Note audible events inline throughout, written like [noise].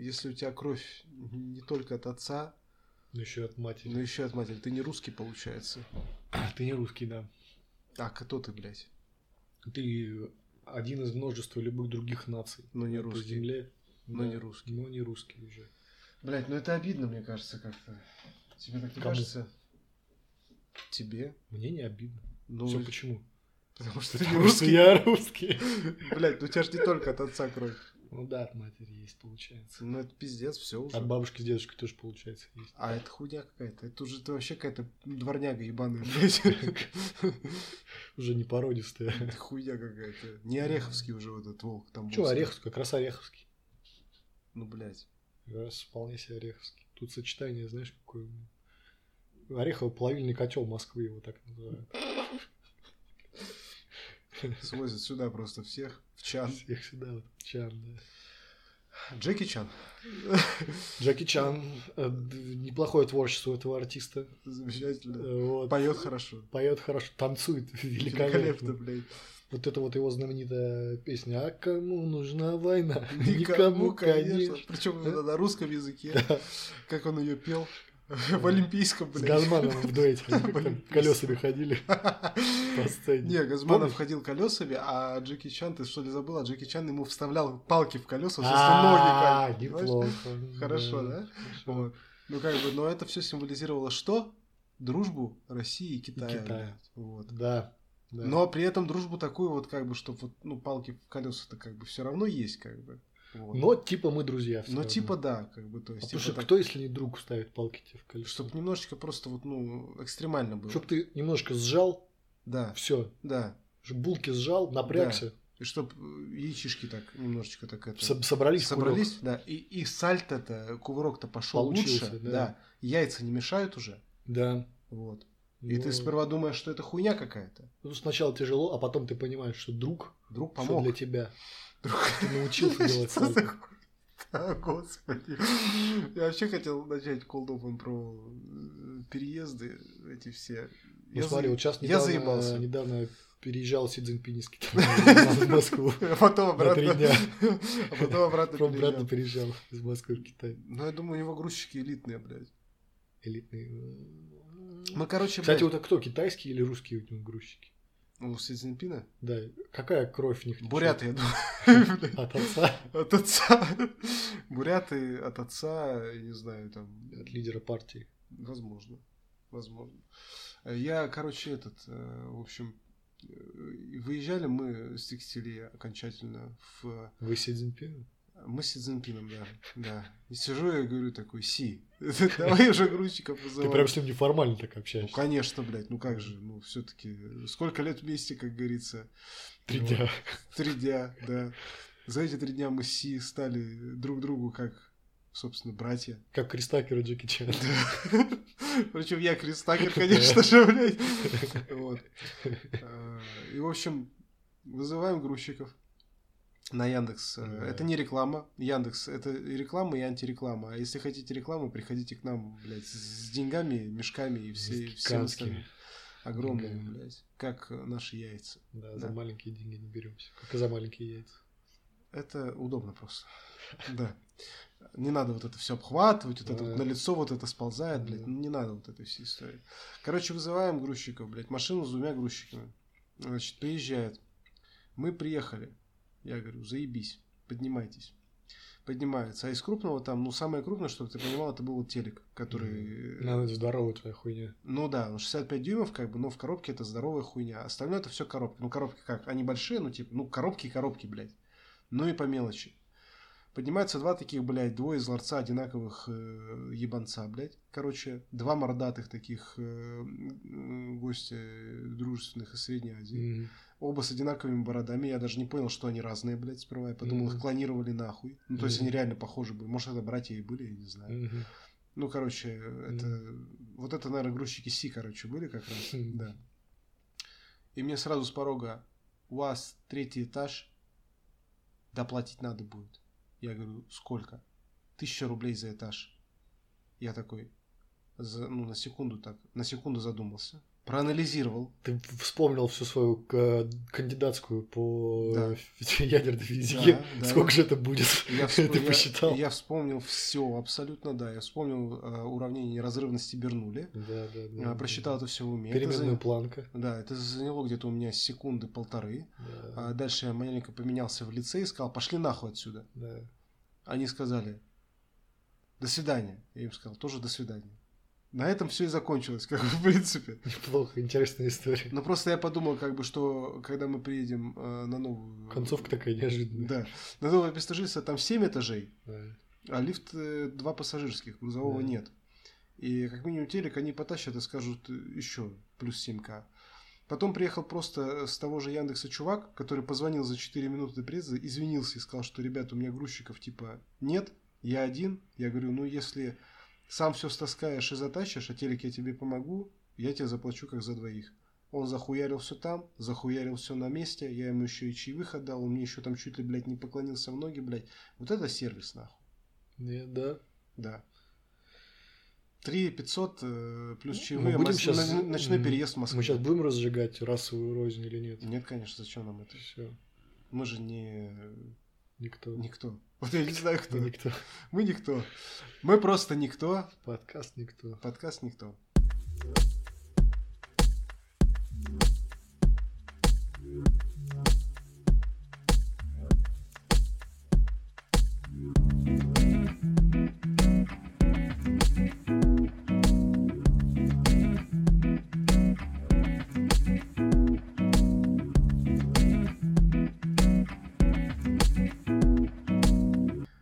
если у тебя кровь не только от отца, Ну еще от матери. [clears throat] но еще и от матери, ты не русский, получается. Ты не русский, да. А кто ты, блядь? Ты один из множества любых других наций. Ну не на этой русский. земле. Но Да, не русский. Но не русский уже. Блять, ну это обидно, мне кажется, как-то. Тебе так не Кому? кажется? Тебе? Мне не обидно. Ну, Все [laughs] почему? потому [laughs] что ты не Потому что русский. я русский. Блядь, ну у тебя же не только от отца кровь. [laughs] Ну да, от матери есть, получается. Ну это пиздец, все уже. От бабушки с дедушкой тоже получается есть. А это хуйня какая-то. Это уже ты вообще какая-то дворняга ебаная, [laughs] блядь. Уже [laughs] не породистая. Ну, Это хуйня какая-то. Не Ореховский уже вот этот волк там. был. Че, Ореховский? Как раз Ореховский. Ну, блядь. Как раз вполне себе Ореховский. Тут сочетание, знаешь, какое... у него. Орехово плавильный котел Москвы его так называют. Свозят сюда просто всех. В чан. Всех сюда вот. Чан, да. Джеки Чан. Джеки Чан. э, д- Неплохое творчество этого артиста. Э, Замечательно. Вот. Поет хорошо. Поет хорошо, танцует [laughs] Великолепно, великолепно. блядь. Вот это вот его знаменитая песня «А кому [laughs] нужна война? [laughs] Никому, конечно. Причем на на русском языке. Э? Да. Э, Как он ее пел. В Олимпийском, С блядь. [laughs] Газмановым в дуэте. Они Блин, там Колесами ходили по сцене. Не, Газманов Помнишь? ходил колесами, а Джеки Чан, ты что ли забыл, а Джеки Чан ему вставлял палки в колеса, собственно, А, ноги. как, понимаешь? неплохо. [laughs] Хорошо, да? хорошо. Вот. Ну, как бы, но это все символизировало что? Дружбу России и Китая. Китая. блядь. Вот. Да. да. Но при этом дружбу такую вот как бы, что вот, ну, палки в колеса-то как бы все равно есть, как бы. Вот. Но типа мы друзья. всё Но равно. типа да, как бы, то А есть, Потому что типа, кто, если не друг, ставит палки тебе в колесо? чтобы немножечко просто вот, ну, экстремально было. Чтоб ты немножко сжал, Да, все. да. Булки сжал, напрягся, И чтоб э, яичишки так немножечко так это... со- собрались, собрались, да, и, и сальто-то, кувырок-то пошел Получился, лучше, да. да. яйца не мешают уже, курок. Да. вот. И Ну, ты сперва думаешь, что это хуйня какая-то. ну, сначала тяжело, а потом ты понимаешь, что друг Друг все помог. для тебя. Друг- Ты научился делать Что за сальто. хуйня? А, Господи. Я вообще хотел начать колдовым про э, переезды эти все. Ну, Я смотри, за- вот сейчас я недавно, заебался. недавно переезжал Си Цзиньпинь из Китая [laughs] в Москву. А Потом На три обратно. дня. [laughs] А потом обратно Потом обратно переезжал. переезжал из Москвы в Китай. Ну, я думаю, у него грузчики элитные, блядь. Элитный. Мы, короче, Кстати, блядь, вот а кто, китайские или русские у него грузчики? у Си Цзиньпина. Да, какая кровь в них? течёт? Буряты, я думаю. блядь. [laughs] От отца, От отца. Буряты от отца, я не знаю, там, от лидера партии. Возможно. Возможно. Э, Я, короче, этот, э, в общем, э, выезжали мы с текстилей окончательно в... Вы Си Цзиньпин? Мы с Си Цзиньпином, да. Да. И сижу я говорю такой, Си, [laughs] давай уже грузчиков Ты вызывай. прям с ним неформально так Ну, общаешься. конечно, блядь, ну как же, ну все-таки, сколько лет вместе, как говорится, Три Ну, дня. Три дня, да. За эти три дня мы с Си стали друг другу как, собственно, братья. Как Кристакер и Джеки Чан. [laughs] Причем я Кристакер, конечно же, блядь. Вот. Э, И, в общем, вызываем грузчиков на Яндекс. Э, Да. Это не реклама. Яндекс — это и реклама и антиреклама. А если хотите рекламу, приходите к нам, блядь, с деньгами, мешками и все, С всем гигантскими. остальным. Огромными, Деньгами. блядь. Как э, наши яйца. Да, за Да. маленькие деньги не беремся. Как и за маленькие яйца. Это удобно просто. Да. Не надо вот это все обхватывать, вот это вот Да. на лицо вот это сползает, блядь. Да. Ну, Не надо вот этой всей истории. Короче, вызываем грузчиков, блядь, машину с двумя грузчиками. Значит, приезжает. Мы приехали. Я говорю, заебись, поднимайтесь. Поднимается. А из крупного там, ну, самое крупное, чтобы ты понимал, это был вот телек, который... Надо здоровая твоя хуйня. Ну да, ну, 65 дюймов, как бы, но в коробке это здоровая хуйня. Остальное это все коробки. Ну, коробки как? Они большие, ну, типа, ну, коробки и коробки, блядь. Ну и по мелочи. Поднимаются два таких, блядь, двое из ларца одинаковых э, ебанца, блядь. Короче, два мордатых таких э, м, гостя э, дружественных из Средней Азии. Мгм. Оба с одинаковыми бородами. Я даже не понял, что они разные, блядь, сперва. Я подумал, Мгм. их клонировали нахуй. Ну, то есть Мгм. они реально похожи были. Может, это братья и были, я не знаю. Мгм. Ну, короче, это... Вот это, наверное, грузчики Си, короче, были как раз. Мгм. Да. И мне сразу с порога, у вас третий этаж, доплатить надо будет. Я говорю, сколько? Тысяча рублей за этаж. Я такой, за- ну, на секунду так, на секунду задумался. [laughs] проанализировал. Ты вспомнил всю свою э, кандидатскую по Да. э, ядерной физике. [laughs] Да, да. Сколько же это будет? [laughs] Я, Ты вспом- я- посчитал? я вспомнил все, абсолютно да. Я вспомнил э, уравнение неразрывности Бернули. Да, да, Э, Просчитал это все в уме. Это Переменная заня- планка. Да, это заняло где-то у меня секунды полторы. Да, А дальше я маленько поменялся в лице и сказал, пошли нахуй отсюда. да. Они сказали, до свидания. Я им сказал, тоже до свидания. На этом все и закончилось, [laughs] как бы, в принципе. Неплохо, интересная история. Но просто я подумал, как бы, что когда мы приедем э, на новую... Концовка такая неожиданная. Да. На новое место жительства там 7 этажей, Да. а лифт э, два пассажирских, грузового Да. нет. И как минимум телек они потащат и скажут еще плюс 7к. Потом приехал просто э, с того же Яндекса чувак, который позвонил за 4 минуты до приезда, извинился и сказал, что, ребят, у меня грузчиков типа нет, я один. Я говорю, ну если сам все стаскаешь и затащишь, а телек я тебе помогу, я тебе заплачу как за двоих. Он захуярил все там, захуярил все на месте, я ему еще и чаевых отдал, он мне еще там чуть ли, блядь, не поклонился в ноги, блядь. Вот это сервис, нахуй. Нет, да. Да. 3 500 э, плюс Ну, чаевые, мы будем мас- щас- на- ночной м, переезд в Москву. Мы сейчас будем разжигать расовую рознь или нет? Нет, конечно, зачем нам это? Все, Мы же не никто. никто. [laughs] Вот я не знаю, кто. Мы никто. Мы никто. Мы просто никто. Подкаст никто. Подкаст никто.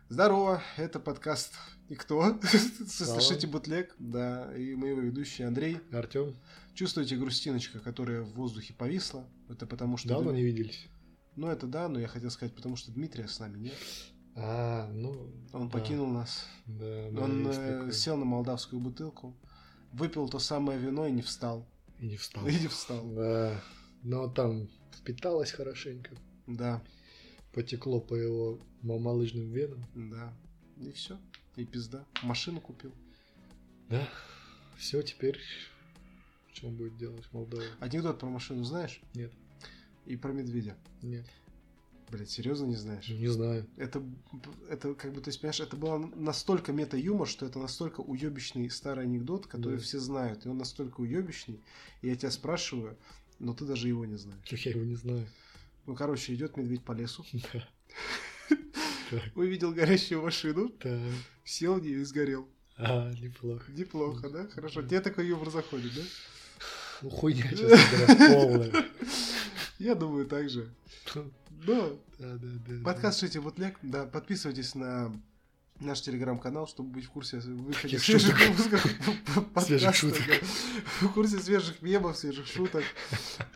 Здорово, это подкаст «Никто». [laughs] Слышите бутлег, да, и мы его ведущий Андрей. Артем, Чувствуете грустиночка, которая в воздухе повисла? Это потому что... давно Дми- не виделись. Ну, это да, но я хотел сказать, потому что Дмитрия с нами нет. А, ну. Он да, покинул нас. Да, да, Он есть э, такое. сел на молдавскую бутылку, выпил то самое вино и не встал. И не [laughs] встал. И не встал. Да. Но там впиталось хорошенько. Да, Потекло по его ма- малыжным венам. да. И все. И пизда. Машину купил. Да. Все, теперь что он будет делать Молдова? Анекдот про машину знаешь? Нет. И про медведя. Нет. Блять, серьезно не знаешь? Не знаю. Это, б- это как бы, то есть, понимаешь, это было настолько мета-юмор, что это настолько уебищный старый анекдот, который Да. все знают. И он настолько уебищный, и я тебя спрашиваю, но ты даже его не знаешь. Я его не знаю. [laughs] Ну, короче, идет медведь по лесу, Да. Так, увидел горящую машину, так. сел в нее и сгорел. А, неплохо. Неплохо, да? Хорошо. Тебе такой юмор заходит, да? Ну, хуйня, честно [laughs] говоря, полная. Я думаю, так же. Да. Да, да, да, да. Подкаст «Шите бутлег». Да, подписывайтесь на наш телеграм-канал, чтобы быть в курсе выхода Таких свежих шуток. выпусков [laughs] подкаста, Свежих шуток. да. В курсе свежих мемов, свежих шуток.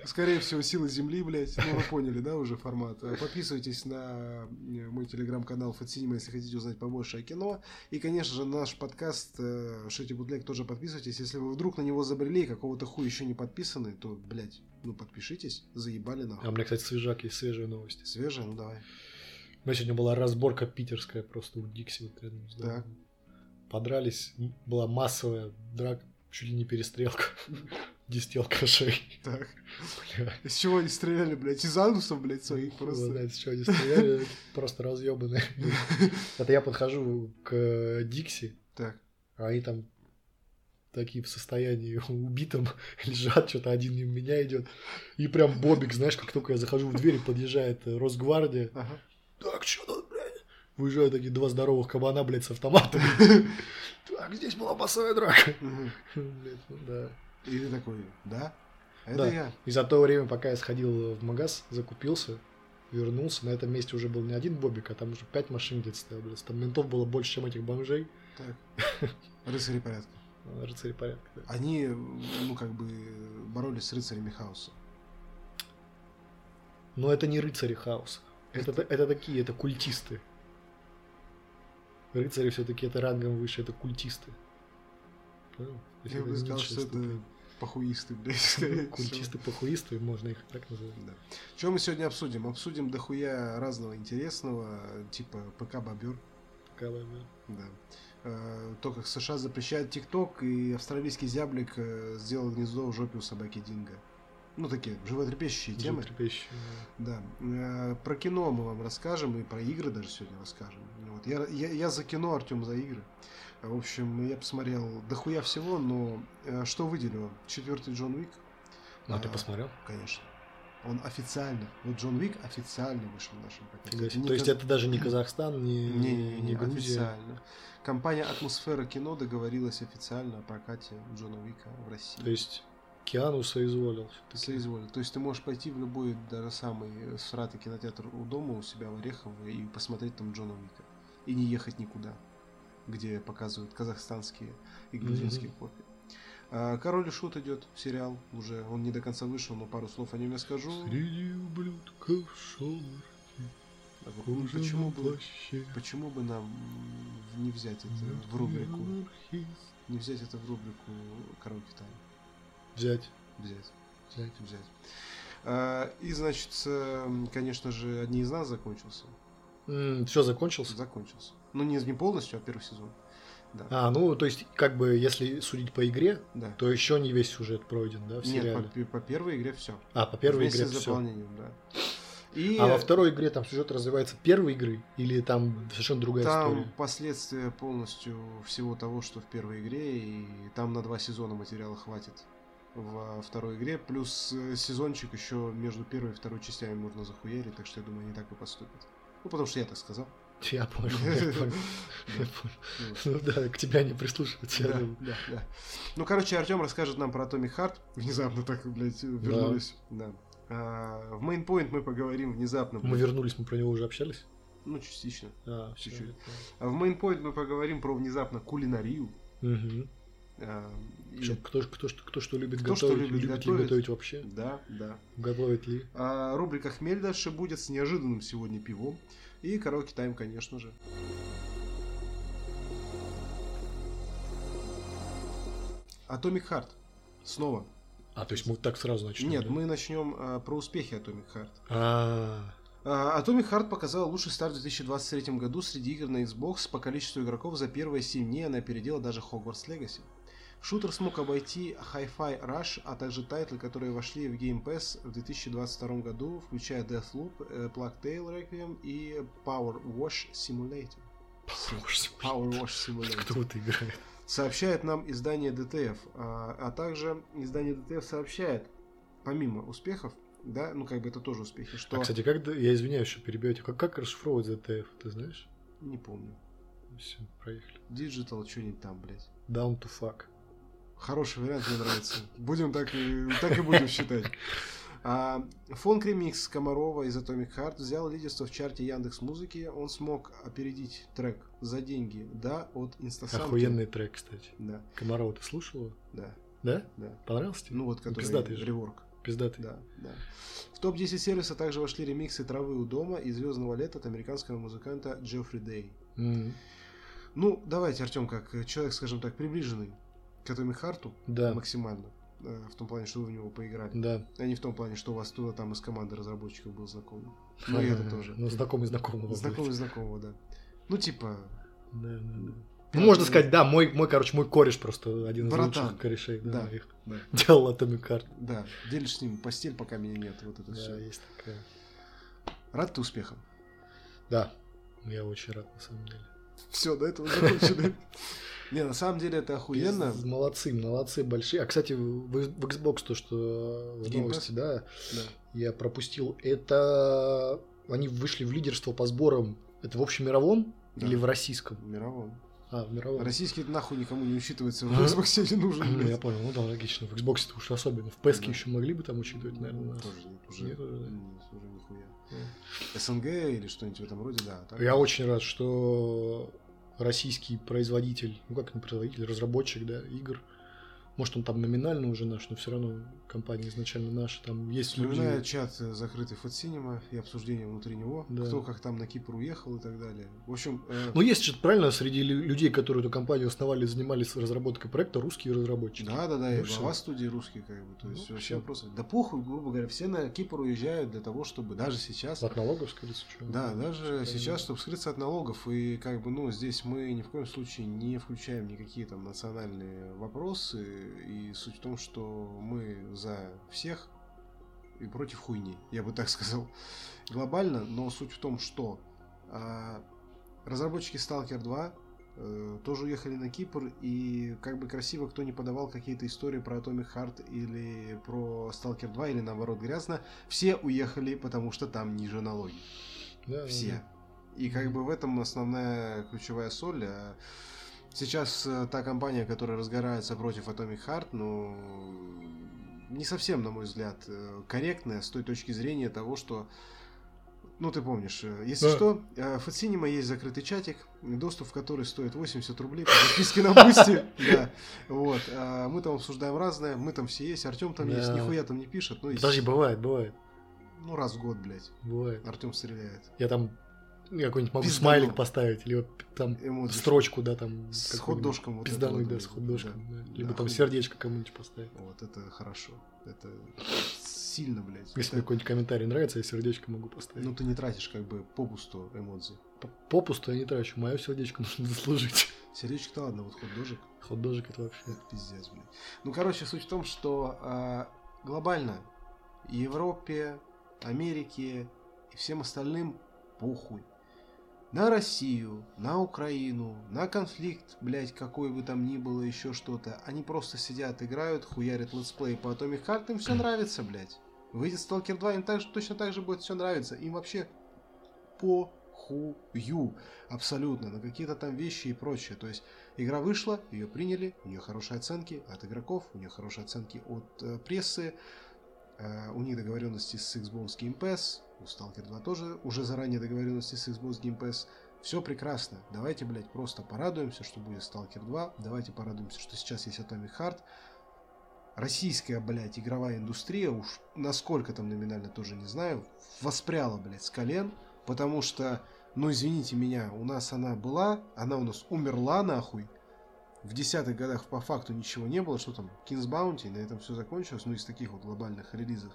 Скорее всего, сила земли, блядь. Ну, вы поняли, да, уже формат. Э, Подписывайтесь на э, мой телеграм-канал Фотсинема, если хотите узнать побольше о кино. И, конечно же, на наш подкаст э, «Шите бутлег» тоже подписывайтесь. Если вы вдруг на него забрели и какого-то хуя еще не подписаны, то, блядь, ну подпишитесь. Заебали А у нахуй. меня, кстати, свежак есть, свежие новости. Свежая, ну давай. У меня сегодня была разборка питерская просто у Дикси вот рядом с домом. Так. Подрались, м, была массовая драка, чуть ли не перестрелка. [laughs] Десяти алкашей. Так. Бля. Из чего они стреляли, блядь? Из анусов, блядь, своих Хуй просто. знает, с чего они стреляли, просто разъебанные. Это я подхожу к э, Дикси, Так. а они там такие в состоянии убитом [laughs] лежат, что-то один мимо меня идет. И прям Бобик, знаешь, как только я захожу в дверь, подъезжает э, Росгвардия. Ага. Так, что тут, блядь? Выезжают такие два здоровых кабана, блядь, с автоматами. Так, здесь была массовая драка. Мгм. [laughs] Блядь, ну да. И ты такой, да? Это Да. я. И за то время, пока я сходил в магаз, закупился, вернулся, на этом месте уже был не один бобик, а там уже пять машин где-то стояло, блядь. Там ментов было больше, чем этих бомжей. Так. Рыцари порядка. А, Рыцари порядка. да. Они, ну, как бы, боролись с рыцарями хаоса. Но это не рыцари хаоса. Это, та- это такие, это культисты. Рыцари все-таки это рангом выше, это культисты. Понял? То есть Я это бы сказал, низшая что это ступень. [laughs] похуисты, блядь, скорее всего. Культисты-похуисты, можно их так называть. Да. Что мы сегодня обсудим? Обсудим дохуя разного интересного, типа ПК Бобер. Какая, да. Да. Э, То, как США запрещает ТикТок, и австралийский зяблик э, сделал гнездо в жопе у собаки Динго. Ну, такие животрепещущие темы. Животрепещущие, Да. Э, Про кино мы вам расскажем, и про игры даже сегодня расскажем. Вот. Я, я, я за кино, Артем за игры. А, В общем, я посмотрел дохуя всего, но э, что выделил? Четвертый Джон Уик, да. А, ты А, посмотрел? конечно. Он официально, вот Джон Уик официально вышел в нашем пакете. Фига себе. Не То есть каз- это даже не Казахстан, не, не, не, Грузия. официально. Компания Атмосфера кино договорилась официально о прокате Джона Уика в России. То есть Киану соизволил. Ты соизволил. То есть ты можешь пойти в любой, даже самый э, сратый кинотеатр у дома, у себя в Орехово, и посмотреть там Джона Уика. И не ехать никуда, где показывают казахстанские и грузинские Мгм. копии. А, Король и Шут идет сериал уже. Он не до конца вышел, но пару слов о нем я скажу. Среди ублюдков шел А вот кожаном Ну, Почему бы, плаще. почему бы нам м, не взять это в рубрику? Анархист. Не взять это в рубрику караоке тайм. Взять. Взять, Взять. взять. А, И, значит, э, конечно же, одни из нас закончился. Все, закончился? Закончился. Ну, не, не полностью, а первый сезон. Да. А, ну, то есть, как бы, если судить по игре, да. то еще не весь сюжет пройден, да, в Нет, по, сериале? пе- по первой игре все. А, по первой Вместе игре с все. дополнением, да. И А во второй игре там сюжет развивается первой игры или там совершенно другая там история? [laughs] последствия полностью всего того, что в первой игре, и там на два сезона материала хватит во второй игре. Плюс э, сезончик еще между первой и второй частями можно захуярить, так что я думаю, они так и поступят. Ну, потому что я так сказал. Я понял, я [laughs] понял. я понял. Ну да, к тебе они прислушиваются. я Да, думаю. да, да. Ну, короче, Артем расскажет нам про Томми Харт. Внезапно так, блядь, вернулись. Да. А, в мейнпоинт мы поговорим внезапно. Мы блядь. вернулись, мы про него уже общались. Ну, частично. А, всё, Чуть-чуть. я понял. А в мейнпоинт мы поговорим про внезапно кулинарию. Мгм. А, и- Причём кто, ж- кто, ж- кто что любит Кто что готовить, любит любит ли готовить. готовить вообще, Да, да. готовит ли. А, рубрика «Хмель» дальше будет с неожиданным сегодня пивом. И караоке тайм, конечно же. Atomic Heart. А Снова. А, то есть мы так сразу начнем? Нет, да? мы начнем а, про успехи Atomic Heart. А, А, Atomic Heart показала лучший старт в 2023 году среди игр на Xbox по количеству игроков за первые 7 дней она передела даже Hogwarts Legacy. Шутер смог обойти Hi-Fi Rush, а также тайтлы, которые вошли в Game Pass в 2022 году, включая Deathloop, э, Plague Tale Requiem и Power Wash Simulator. боже мой, Power Wash Simulator. Кто это играет? А, Сообщает нам издание DTF, а, а также издание DTF сообщает, помимо успехов, да, ну как бы это тоже успехи, что... А, кстати, как, да- я извиняюсь, что перебиваю, тебя, как, как расшифровывать ZTF, ты знаешь? Не помню. Все, проехали. Digital что-нибудь там, блядь. Down to fuck. Хороший вариант, мне нравится. Будем так и, так и будем считать. А, фон Кремикс Комарова из Atomic Heart взял лидерство в чарте Яндекс Музыки. Он смог опередить трек «За деньги, да» от Инстасамки. Охуенный трек, кстати. Да, Комарова, ты слушал его? да, Да? да. Понравился тебе? Ну вот, который пиздатый же. реворк. Пиздатый. Да, да. В топ-10 сервиса также вошли ремиксы «Травы у дома» и «Звездного лета» от американского музыканта Джеффри Дэй. М, Ну, давайте, Артем, как э, человек, скажем так, приближенный к Atomic Харту, Да. максимально. э, В том плане, что вы в него поиграли. Да. А не в том плане, что у вас кто-то там из команды разработчиков был знакомый. Ну и это [laughs] тоже. Ну, знакомый знакомого. Знакомый блядь. знакомого, да. Ну, типа, Да, да, да. Ну, Пиратами. можно сказать, да, мой, мой, короче, мой кореш просто один из Братан. лучших корешей да, Да. моих. Да. [laughs] Делал Atomic Heart. да, делишь с ним постель, пока меня нет. Вот это Да, все. есть такая. Рад ты успехам. [laughs] Да, я очень рад, на самом деле. Все, до этого [laughs] закончили. Не, на самом деле это охуенно. Пиз- Молодцы, молодцы большие. А, кстати, в, в Xbox то, что в Game новости, Pass? да, Да. я пропустил, это они вышли в лидерство по сборам. Это в общемировом Да. или в российском? Мировом. А, в мировом. Российский нахуй никому не учитывается. В Ага. Xbox не нужен. А? Ну, я блядь. понял, ну да, логично. В Xbox это уж особенно. В PES Да. еще могли бы там учитывать, наверное. Тоже нет, уже. Нет уже, да. Нет, уже нихуя. СНГ или что-нибудь в этом роде, да. а так- Я очень рад, что российский производитель, ну как не производитель, разработчик, да, игр Может, он там номинально уже наш, но все равно компания изначально наша. Там есть Вспоминая люди. чат э, закрытый Фотсинема и обсуждение внутри него, Да. кто как там на Кипр уехал и так далее. В общем, э, Но Ну, есть же, правильно, среди лю- людей, которые эту компанию основали, занимались разработкой проекта, русские разработчики. да, да, да, и ну, всё. глава студии русский, как бы, то есть Ну, вообще всё. вопросы. Да похуй, грубо говоря, все на Кипр уезжают для того, чтобы даже сейчас От налогов, скорее всего. Да, даже Правильно. сейчас, чтобы скрыться от налогов, и как бы, ну, здесь мы ни в коем случае не включаем никакие там национальные вопросы, и суть в том, что мы за всех и против хуйни, я бы так [laughs] сказал, глобально, но суть в том, что а, разработчики Stalker 2 э, тоже уехали на Кипр, и как бы красиво кто не подавал какие-то истории про Atomic Heart или про Stalker 2, или наоборот грязно, все уехали, потому что там ниже налоги Да, все. да. И как бы в этом основная ключевая соль. а Сейчас э, та компания, которая разгорается против Atomic Heart, ну, не совсем, на мой взгляд, э, корректная с той точки зрения того, что, ну, ты помнишь, э, если Да. что, э, в Cinema есть закрытый чатик, доступ в который стоит 80 рублей по подписке на [laughs] Бусти. Да, вот. А Мы там обсуждаем разное, мы там все есть, Артем там есть, Да. нихуя там не пишет, ну, Подожди, есть- бывает, бывает, ну, раз в год, блядь, бывает. Артем стреляет. Я там ну, я какой-нибудь могу Пизданул. смайлик поставить, или вот там Эмодзи. строчку, да, там. Ну, С какую-нибудь хот-дошком. вот это Пизданую, вот, да, с хот-дошком. да. Либо Да, там хуй. сердечко кому-нибудь поставить. Вот это хорошо. Это сильно, блядь. Если Это- мне какой-нибудь комментарий нравится, я сердечко могу поставить. Ну ты не тратишь как бы попусту эмодзи. П- Попусту я не трачу, мое сердечко [laughs] нужно заслужить. Сердечко-то ладно, вот хот-дожик. Хот-дожик это вообще. Это пиздец, блядь. Ну, короче, суть в том, что а, глобально Европе, Америке и всем остальным похуй. На Россию, на Украину, на конфликт, блядь, какой бы там ни было, еще что-то. Они просто сидят, играют, хуярят летсплей по Atomic Heart, им все нравится, блядь. Выйдет Stalker 2, им так же- точно так же будет все нравиться. Им вообще похую абсолютно на какие-то там вещи и прочее. То есть Игра вышла, ее приняли, у нее хорошие оценки от игроков, у нее хорошие оценки от э, прессы, э, у них договоренности с Xbox Game Pass, у Stalker 2 тоже уже заранее договоренности с Xbox Game Pass. Все прекрасно. Давайте, блядь, просто порадуемся, что будет Stalker 2. Давайте порадуемся, что сейчас есть Atomic Heart. Российская, блядь, игровая индустрия, уж насколько там номинально тоже не знаю, воспряла, блядь, с колен, потому что ну, извините меня, у нас она была, она у нас умерла нахуй. В десятых годах по факту ничего не было, что там, Kings Bounty, на этом все закончилось, ну, из таких вот глобальных релизов.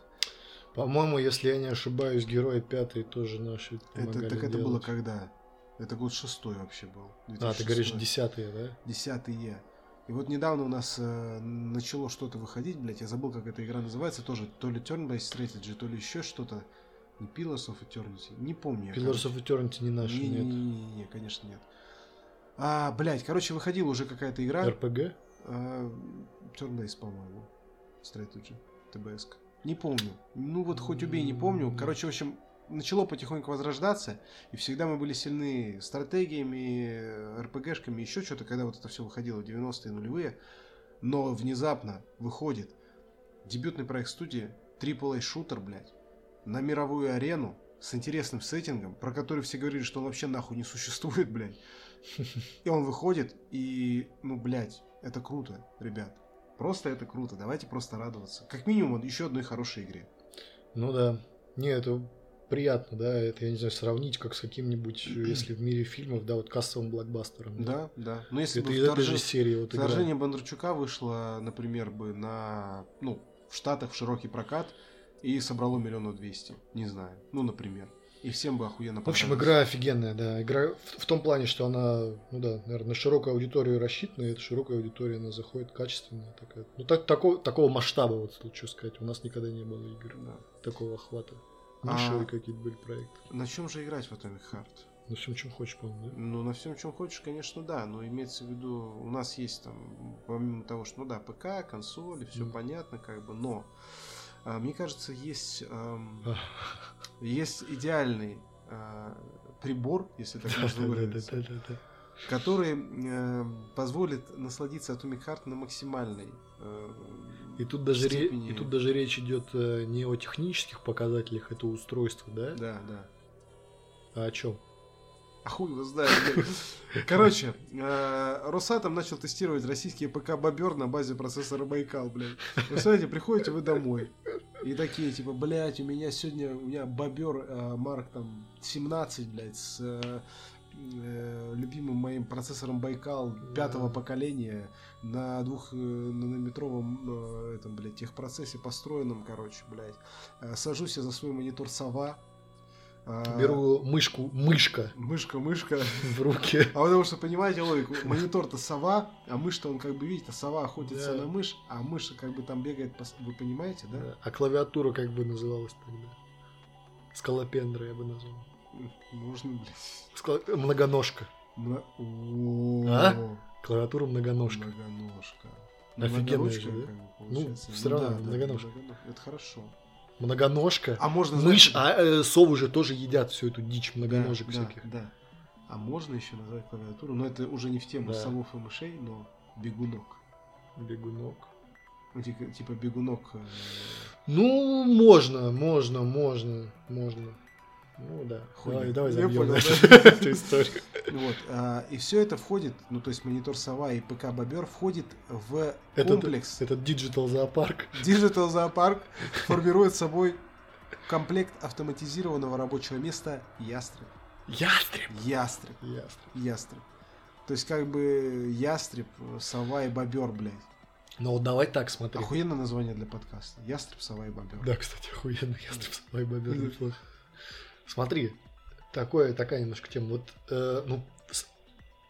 По-моему, если я не ошибаюсь, герой пятый тоже наши. Это, помогали так это делать. было когда? Это год шестой вообще был. А, ты говоришь 2006. десятые, да? десятые. И вот недавно у нас э, начало что-то выходить, блядь, я забыл, как эта игра называется, тоже то ли Turn-Based Strategy, то ли еще что-то. Не Pillars of Eternity, не помню. я, Pillars of Eternity не наши, не, не, нет. не, не, не, конечно, нет. А, блядь, короче, выходила уже какая-то игра. РПГ? А, Turn-based, по-моему. Strategy. ТБС. Не помню. Ну вот хоть убей, не помню. М. Короче, в общем, начало потихоньку возрождаться, и всегда мы были сильны стратегиями, РПГшками, еще что-то, когда вот это все выходило, 90-е, нулевые. Но внезапно выходит дебютный проект студии AAA-шутер, блядь, на мировую арену с интересным сеттингом, про который все говорили, что он вообще нахуй не существует, блядь. И он выходит, и, ну, блядь, это круто, ребят. Просто это круто, давайте просто радоваться. Как минимум, еще одной хорошей игре. Ну да. Не, это приятно, да, это, я не знаю, сравнить как с [clears throat] каким-нибудь, если в мире фильмов, да, вот кассовым блокбастером. Да, да. Но Ну, если Это бы из этой вторжи- же серии вот игра. вторжение Бондарчука вышло, например, бы на, ну, в Штатах в широкий прокат и собрало миллиона двести, не знаю, ну, например. И всем бы охуенно В общем, понравилось. игра офигенная, да. Игра в, в том плане, что она, ну да, наверное, на широкую аудиторию рассчитана, и эта широкая аудитория, она заходит качественная такая. Ну так, такого, такого масштаба, вот тут что сказать, у нас никогда не было игр Да. такого охвата. А- Нишевые какие-то были проекты. На чем же играть в Atomic Heart? На всем, чем хочешь, по-моему, да? Ну, на всем, чем хочешь, конечно, да. Но имеется в виду, у нас есть там, помимо того, что, ну да, ПК, консоли, все Мгм. понятно, как бы, но а, мне кажется, есть, эм, А. Ах, есть идеальный а, прибор, если так можно выразиться, Да-да-да-да-да. который э, позволит насладиться Atomic Heart на максимальной э, И тут даже, ре- степени. и тут даже речь идет э, не о технических показателях этого устройства, да? Да, да. А о чем? А хуй его знает, блин. Короче, э, Росатом начал тестировать российские ПК Бобер на базе процессора Байкал, блядь. Вы смотрите, приходите вы домой. И такие, типа, блядь, у меня сегодня, у меня Бобер э, Марк там 17, блядь, с э, э, любимым моим процессором Байкал пятого Да. поколения на двух э, нанометровом э, этом, блядь, техпроцессе построенном, короче, блядь. Э, Сажусь я за свой монитор Сова. Э, Беру мышку, мышка [laughs] Мышка, мышка. в руки. А потому что, понимаете логику, монитор-то сова, а мышь-то он как бы, видите, сова охотится Да. на мышь, а мышь как бы там бегает, по с- вы понимаете, да? А клавиатура как бы называлась тогда? Скалопендра я бы назвал. Можно, блядь. Скала- Многоножка. Мно- О, А? Клавиатура многоножка. Многоножка. Офигенная Многоручка, же, да? как бы, Ну, получается. всё равно да, да, многоножка. многоножка. Это хорошо. Многоножка. А можно... Мышь, знаете, а э, совы же тоже едят всю эту дичь да, многоножек да, всяких. Да. А можно еще назвать клавиатуру, но это уже не в тему Да. совов и мышей, но бегунок. Бегунок. Ну, типа типа бегунок... э, Ну, можно, можно, можно, можно. Ну да. Хуй. Давай, давай Я забьем понял, дальше да. [laughs] эту историю. Вот, а, и все это входит, ну то есть монитор сова и ПК Бобер входит в Этот, комплекс. этот диджитал зоопарк. Digital зоопарк формирует собой комплект автоматизированного рабочего места Ястреб. Ястреб. Ястреб. Ястреб. Ястреб. То есть как бы Ястреб, Сова и Бобер, блядь. Ну вот давай так смотри. Охуенное название для подкаста. Ястреб, Сова и Бобер. Да, кстати, охуенно, ястреб собой бобер Да. неплохо. Смотри, такое, такая немножко тема. Вот, э, ну, с-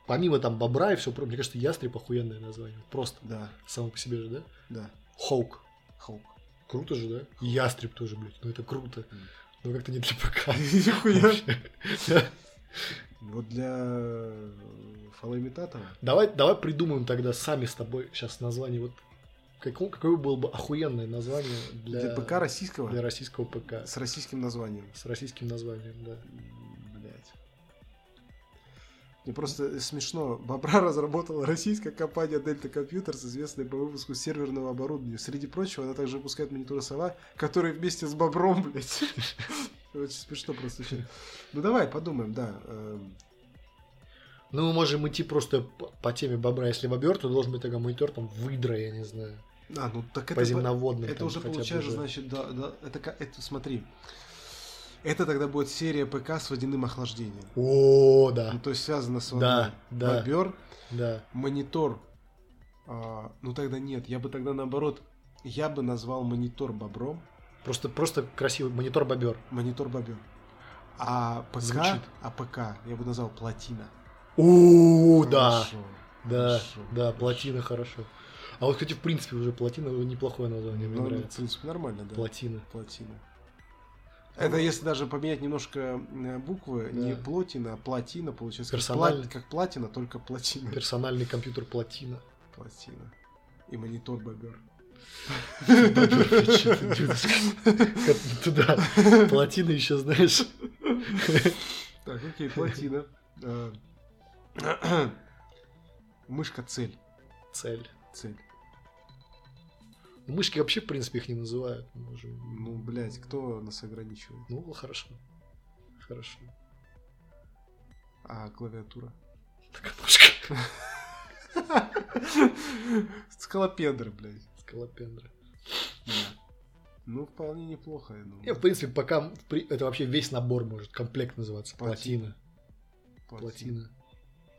помимо там бобра и все, мне кажется, ястреб охуенное название. Просто Да, само по себе же, да? да. Хоук. [laughs] Хоук. Круто же, да? И ястреб тоже, блядь. Ну это круто. Мгм. Но как-то не [laughs] для [laughs] ПК. Нихуя. Да. Вот для э, фалоимитатора. Давай, давай придумаем тогда сами с тобой сейчас название. Вот какое, какое было бы охуенное название для, Для ПК российского. для российского ПК. С российским названием. С российским названием, да. Блять. Мне просто смешно. Бобра [laughs] разработала российская компания Delta Computers, известная по выпуску серверного оборудования. Среди прочего, она также выпускает мониторы сова, которые вместе с бобром, [laughs] блядь. Очень смешно просто. всё. Ну давай подумаем, да. эм, Ну, мы можем идти просто по, по теме бобра. Если бобер, то должен быть тогда монитор, там, выдра, я не знаю. А, ну так по это... по- земноводным. Это там уже хотя бы получается, уже. значит, да, да, это, ка- это, смотри. Это тогда будет серия ПК с водяным охлаждением. О, Ну, да, то есть связано с водой. Да, да. Бобер, да. монитор. а, ну тогда нет, я бы тогда наоборот, я бы назвал монитор бобром, Просто, просто красивый монитор бобер. монитор бобер. А ПК, Звучит. а ПК я бы назвал плотина. О, да, Хорошо. да, хорошо, да, хорошо. плотина хорошо. А вот, кстати, в принципе, уже плотина неплохое название, мне Ну, в нравится. принципе, нормально, да. [laughs] Плотина. Плотина. Это если даже поменять немножко э, буквы, Да. не плотина, а плотина получается. Как, Персонально. пла- как платина, только плотина. Персональный компьютер плотина. Плотина. И монитор бобер. Как-то Туда. [laughs] Плотина еще, знаешь. [laughs] Так, окей, плотина. Э, [clears throat] Мышка цель. Цель. Цель. Мышки вообще, в принципе, их не называют. Мы можем- Ну, блядь, кто нас ограничивает? Ну, хорошо. Хорошо. А клавиатура? [laughs] Многоножка. Скалопендра, блядь. [laughs] Скалопендра. Да. Ну, вполне неплохо, я Не, в думаю. принципе, пока в при- это вообще весь набор может комплект называться. Плотина. Плотина.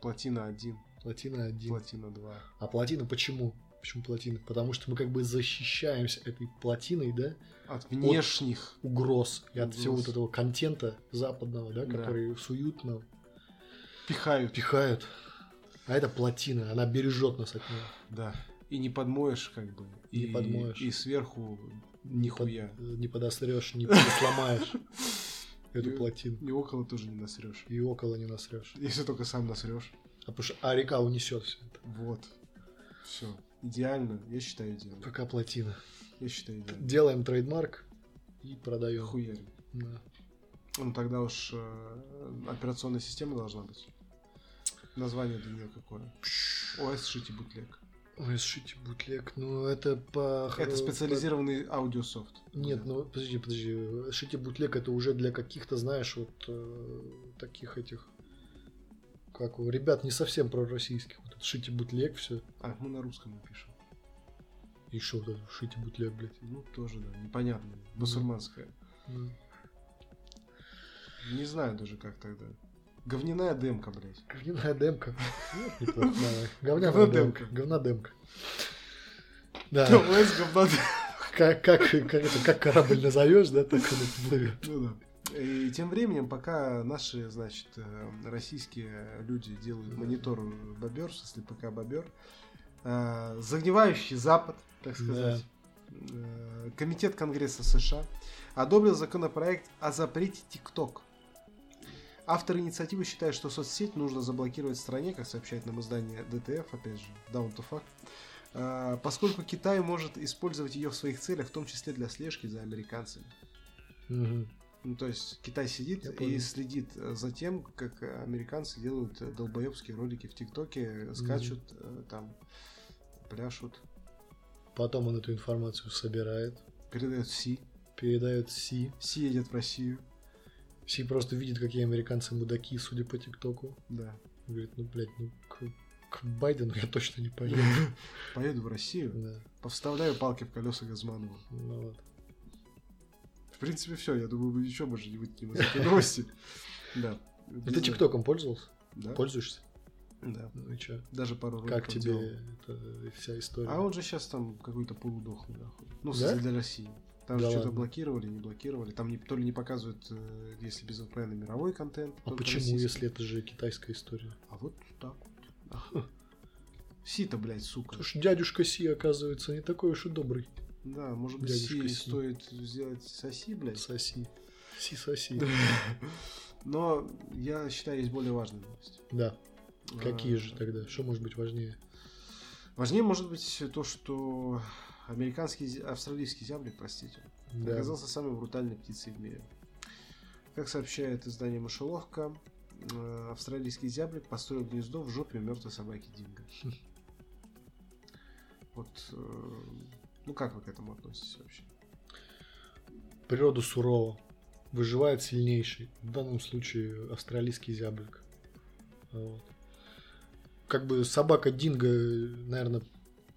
Плотина. Плотина 1, Плотина один. плотина 2. А плотина почему? Почему плотина? Потому что мы как бы защищаемся этой плотиной, да, От внешних. угроз и от всего Угроз. вот этого контента западного, да, Да. который суют нам, Пихают. пихают. А это плотина, она бережет нас от него. Да. И не подмоешь, как бы. Не И- подмоешь. И сверху Не под- [laughs] нихуя. Не подосрешь, не [laughs] сломаешь эту И- плотину. И около тоже не насрешь. И около не насрешь. Если только сам насрешь. А, потому что, а река унесет все это. Вот. Все. Идеально. Я считаю идеально. Пока плотина. Я считаю идеально. Делаем трейдмарк и продаем. Хуярь. Да. Ну тогда уж э, операционная система должна быть. Название для нее какое? ОС шити бутлег. Ой, слушайте, бутлег, ну это по... Это специализированный аудиософт. э, Нет, Да. ну подожди, подожди. Шити бутлег это уже для каких-то, знаешь, вот э, таких этих как у ребят не совсем пророссийских. Вот это шите бутлег, все. А, мы на русском напишем. Еще вот это шите бутлег, блядь. Ну, Ну, тоже, да, непонятно. Басурманская. М. Не знаю даже, как тогда. Говняная демка, блядь. Говняная демка. Ну, неплохо, да. Говняная демка. Говна демка. [laughs] Да, TLS говна демка. как, как, как, это, как корабль назовешь, да, так он и плывет. Ну да. И тем временем, пока наши, значит, э, российские люди делают монитор бобер, в смысле ПК бобер, э, загнивающий Запад, так сказать, э, Комитет Конгресса США одобрил законопроект о запрете ТикТок. Автор инициативы считает, что соцсеть нужно заблокировать в стране, как сообщает нам издание ДТФ, опять же, Down to Fact, э, поскольку Китай может использовать ее в своих целях, в том числе для слежки за американцами. Мгм. Ну, то есть Китай сидит Я и понял. следит э, за тем, как э, американцы делают э, долбоебские ролики в ТикТоке, э, скачут, э, там пляшут, Потом он эту информацию собирает, передают Си. передает Си. Си едет в Россию. Си просто видит, какие американцы мудаки, судя по ТикТоку. Да. Говорит, ну, блядь, ну, к, к Байдену я точно не поеду. Поеду в Россию, Да, повставляю палки в колеса Газманову. ну вот. В принципе, все. Я думаю, мы ничего больше не выкинем из этой [laughs] новости. Да. И А ты ТикТоком пользовался? Да. Пользуешься? Да. Ну и чё? Даже пару Как роликов делал. тебе эта вся история? А он же сейчас там какой-то полудохлый, нахуй. Ну, в Да? смысле, для России. Там Да же что-то ладно. блокировали, не блокировали. Там не, то ли не показывают, э, если без VPN, мировой контент. А только почему, российский. если это же китайская история? А вот так вот. Си-то, блядь, сука. Потому что дядюшка Си, оказывается, не такой уж и добрый. Да, может быть, Дядюшка Си Си. стоит сделать соси, блядь. Соси. Си соси. Но я считаю, есть более важная новость. Да. Какие А, же тогда? Что может быть важнее? Важнее, может быть, то, что американский, зе- австралийский зяблик, простите, Да. оказался самой брутальной птицей в мире. Как сообщает издание «Мышеловка», э, австралийский зяблик построил гнездо в жопе мертвой собаки [laughs] Динго. Вот, э, ну как вы к этому относитесь вообще? Природа сурова. Выживает сильнейший. В данном случае австралийский зяблик. Вот. Как бы собака Динго, наверное,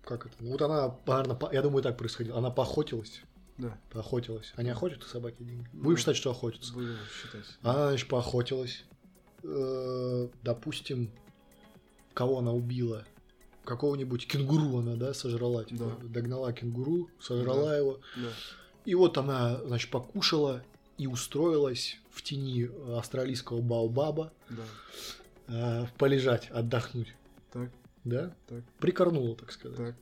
как это? Ну, Вот она, наверное, по- я думаю, так происходило. Она поохотилась. Да, Поохотилась. Они охотятся, собаки Динго? Ну. Будем считать, что охотятся. будем считать. Она, значит, поохотилась. Э, Допустим, кого она убила? Какого-нибудь кенгуру она, да, сожрала. Типа, Да. Догнала кенгуру, сожрала Да. его. Да. И вот она, значит, покушала и устроилась в тени э, австралийского баобаба Да, э, полежать, отдохнуть. так, Да? Так. Прикорнула, так сказать. так,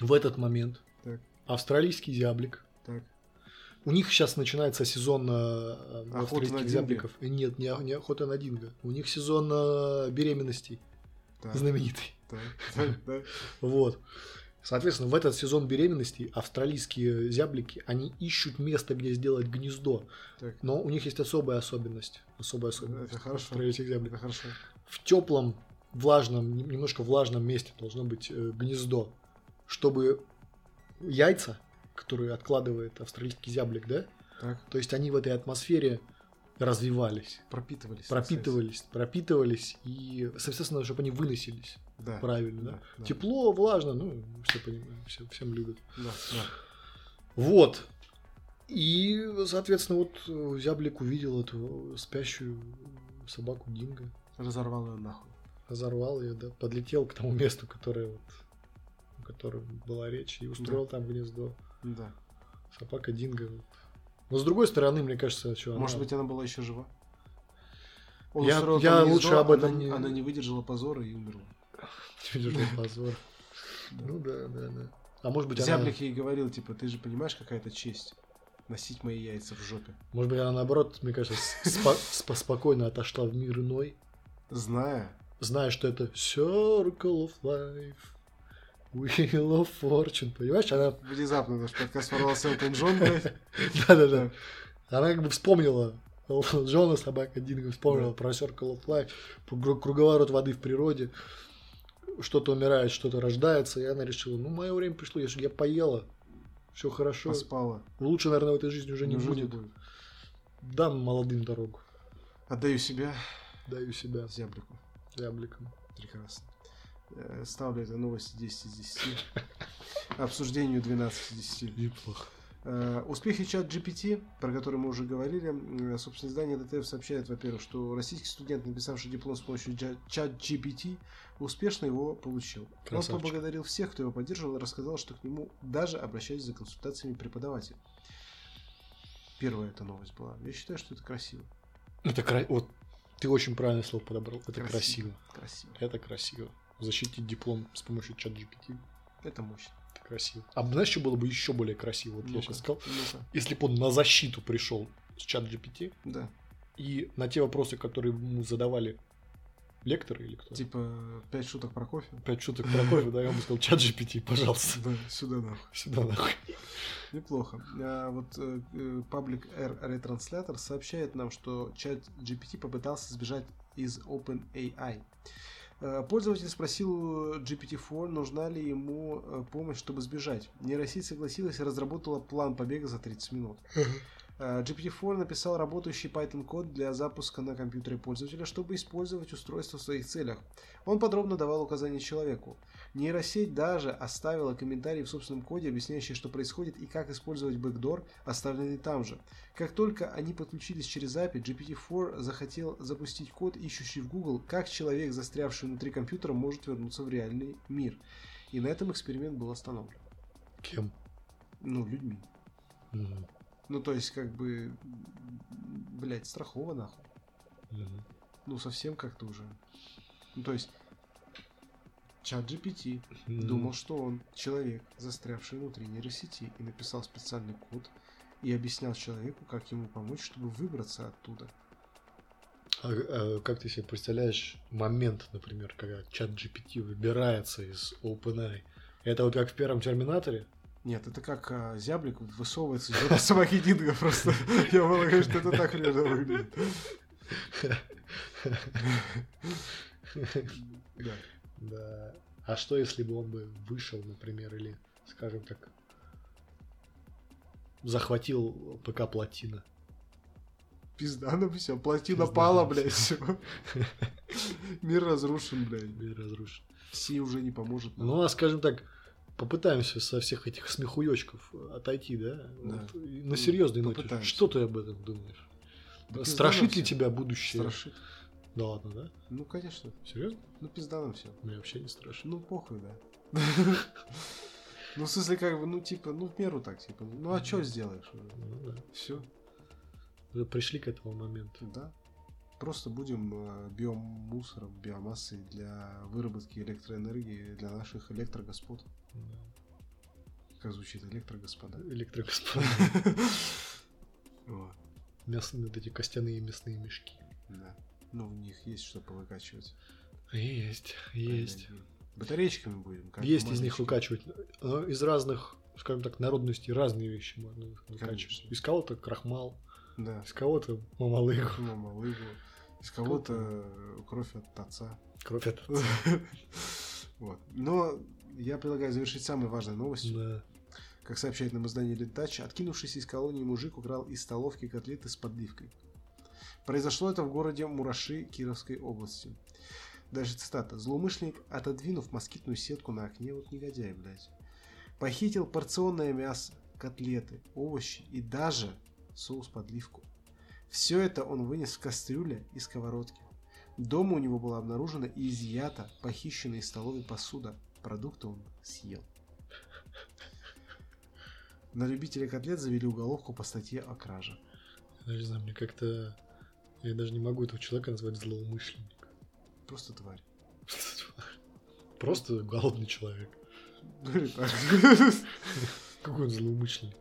В этот момент Так. австралийский зяблик так. У них сейчас начинается сезон э, на австралийских динго? зябликов. Э, Нет, не, не охота на динго. У них сезон э, беременностей Так, знаменитый. так, так, [laughs] так. Вот. Соответственно, в этот сезон беременностей австралийские зяблики, они ищут место, где сделать гнездо. Так. Но у них есть особая особенность. Особая особенность Это хорошо. австралийских Это зябликов. хорошо. В теплом, влажном, нем- немножко влажном месте должно быть э, гнездо, чтобы яйца, которые откладывает австралийский зяблик, да, Так, то есть они в этой атмосфере развивались, пропитывались. пропитывались, пропитывались и, соответственно, чтобы они выносились кстати. Да. правильно. да, да? да, Тепло, влажно, ну, все понимаем, все, всем любят. да, да. Вот. И, соответственно, вот э, зяблик увидел эту спящую собаку Динго, Разорвал ее нахуй. разорвал ее, да, подлетел к тому месту, которое вот, о котором была речь, и устроил там гнездо. Да. Собака Динго. вот. Но с другой стороны, мне кажется, что она- [laughs] Может быть, она была еще жива? Он Я- устроил я там лучше об этом она, не- она не выдержала позора и умерла. Чудесный позор. Да. Ну да, да, да. А может быть, она, Зяблик ей говорил, типа, ты же понимаешь, какая это честь носить мои яйца в жопе. может быть, она наоборот, мне кажется, спо- спо- спокойно отошла в мир иной, Зная. зная, что это Circle of Life, Wheel of Fortune, понимаешь? Она, [laughs] Внезапно наш подкаст ворвался Элтон Джон, блядь. да-да-да, она как бы вспомнила Элтона Джона, собака Динго, вспомнила Да. про Circle of Life, про кру- круговорот воды в природе, что-то умирает, что-то рождается, и она решила, ну, мое время пришло, я же я поела, все хорошо, Поспала. лучше, наверное, Ну, в этой жизни уже не Неужели будет. Дам молодым дорогу. Отдаю себя, Даю себя зяблику. зябликом. Прекрасно. Э, Ставлю это новости 10 из 10. [laughs] Обсуждению 12 из 10. Неплохо. Э, Успехи чат GPT, про который мы уже говорили, М, собственно, издание ДТФ сообщает, во-первых, что российский студент, написавший диплом с помощью чат GPT, успешно его получил. Он Красавчик. поблагодарил всех, кто его поддерживал, и рассказал, что к нему даже обращались за консультациями преподаватели. Первая эта новость была. Я считаю, что это красиво. Это кра- вот ты очень правильное слово подобрал. Это красиво. Красиво. Красиво. Это красиво. Защитить диплом с помощью чат GPT. Это мощно. Это красиво. А знаешь, что было бы еще более красиво? Вот я Ну-ка, сейчас сказал. ну-ка. Если бы он на защиту пришел с чат GPT Да. и на те вопросы, которые ему задавали лекторы или кто? Типа, пять шуток про кофе. Пять шуток про кофе, да, я ему сказал, чат GPT, пожалуйста. [laughs] Да, сюда нахуй. Сюда нахуй. Неплохо. А вот э, э, паблик R Retranslator сообщает нам, что чат GPT попытался сбежать из OpenAI. Э, Пользователь спросил у GPT-4, нужна ли ему э, помощь, чтобы сбежать. Нейросеть согласилась и разработала план побега за 30 минут. Э, GPT-4 написал работающий Python-код для запуска на компьютере пользователя, чтобы использовать устройство в своих целях. Он подробно давал указания человеку. Нейросеть даже оставила комментарий в собственном коде, объясняющий, что происходит и как использовать бэкдор, оставленный там же. Как только они подключились через API, GPT-4 захотел запустить код, ищущий в Google, как человек, застрявший внутри компьютера, может вернуться в реальный мир. И на этом эксперимент был остановлен. Кем? Ну, людьми. Мгм. Ну, то есть, как бы, блять, страхово нахуй. Мгм. Ну, совсем как-то уже. Ну, то есть, чат GPT, Мгм. Думал, что он человек, застрявший внутри нейросети, и написал специальный код и объяснял человеку, как ему помочь, чтобы выбраться оттуда. А, а как ты себе представляешь момент, например, когда чат GPT выбирается из OpenAI? Это вот как в первом Терминаторе? Нет, это как а, зяблик высовывается из жопы [laughs] собаки Динго просто. Я полагаю, что это так реально выглядит. Да. Да. А что, если бы он бы вышел, например, или, скажем так, захватил ПК Платина? Пизда нам все. Плотина Пизда пала, нам блядь, все. Мир разрушен, блядь. Мир разрушен. Си уже не поможет. нам. Ну, а скажем так, попытаемся со всех этих смехуёчков отойти, да? Да. Вот, и на серьезной ноте. попытаемся. Что ты об этом думаешь? Да пизда нам Страшит ли всем. тебя будущее? Страшит. Да ладно, да? Ну, конечно. Серьезно? Ну, пизда нам все. Меня вообще не страшно. Ну, похуй, да. Ну, в смысле, как бы, ну, типа, ну, в меру так, типа. Ну, а что сделаешь? Ну да. Все, Уже пришли к этому моменту. да. Просто будем э, биомусором, биомассой для выработки электроэнергии для наших электрогоспод. Как звучит [laughs] электрогоспода. Электрогоспод. Вот, Мясо, вот эти костяные мясные мешки. да. Ну, в них есть что повыкачивать. Есть, есть. Блин, Батареечками будем. как Есть из них мамочки. выкачивать. Но из разных, скажем так, народностей разные вещи можно выкачивать. Конечно. Из кого-то крахмал, [laughs] Да. из кого-то мамалыгу. Ну, малыгу. Из кого-то э, кровь от отца. Кровь от [laughs] Вот. Но я предлагаю завершить самой важной новостью. Да. Как сообщает нам издание Лентач, откинувшийся из колонии мужик украл из столовки котлеты с подливкой. Произошло это в городе Мураши Кировской области. Даже цитата. Злоумышленник, отодвинув москитную сетку на окне, вот негодяй, блядь, похитил порционное мясо, котлеты, овощи и даже соус-подливку. Все это он вынес в кастрюле и сковородке. Дома у него была обнаружена и изъята похищенная из столовой посуда. Продукты он съел. На любителя котлет завели уголовку по статье о краже. Я не знаю, мне как-то... Я даже не могу этого человека назвать злоумышленником. [laughs] Просто тварь. Просто голодный человек. Говорит так. Какой он злоумышленник?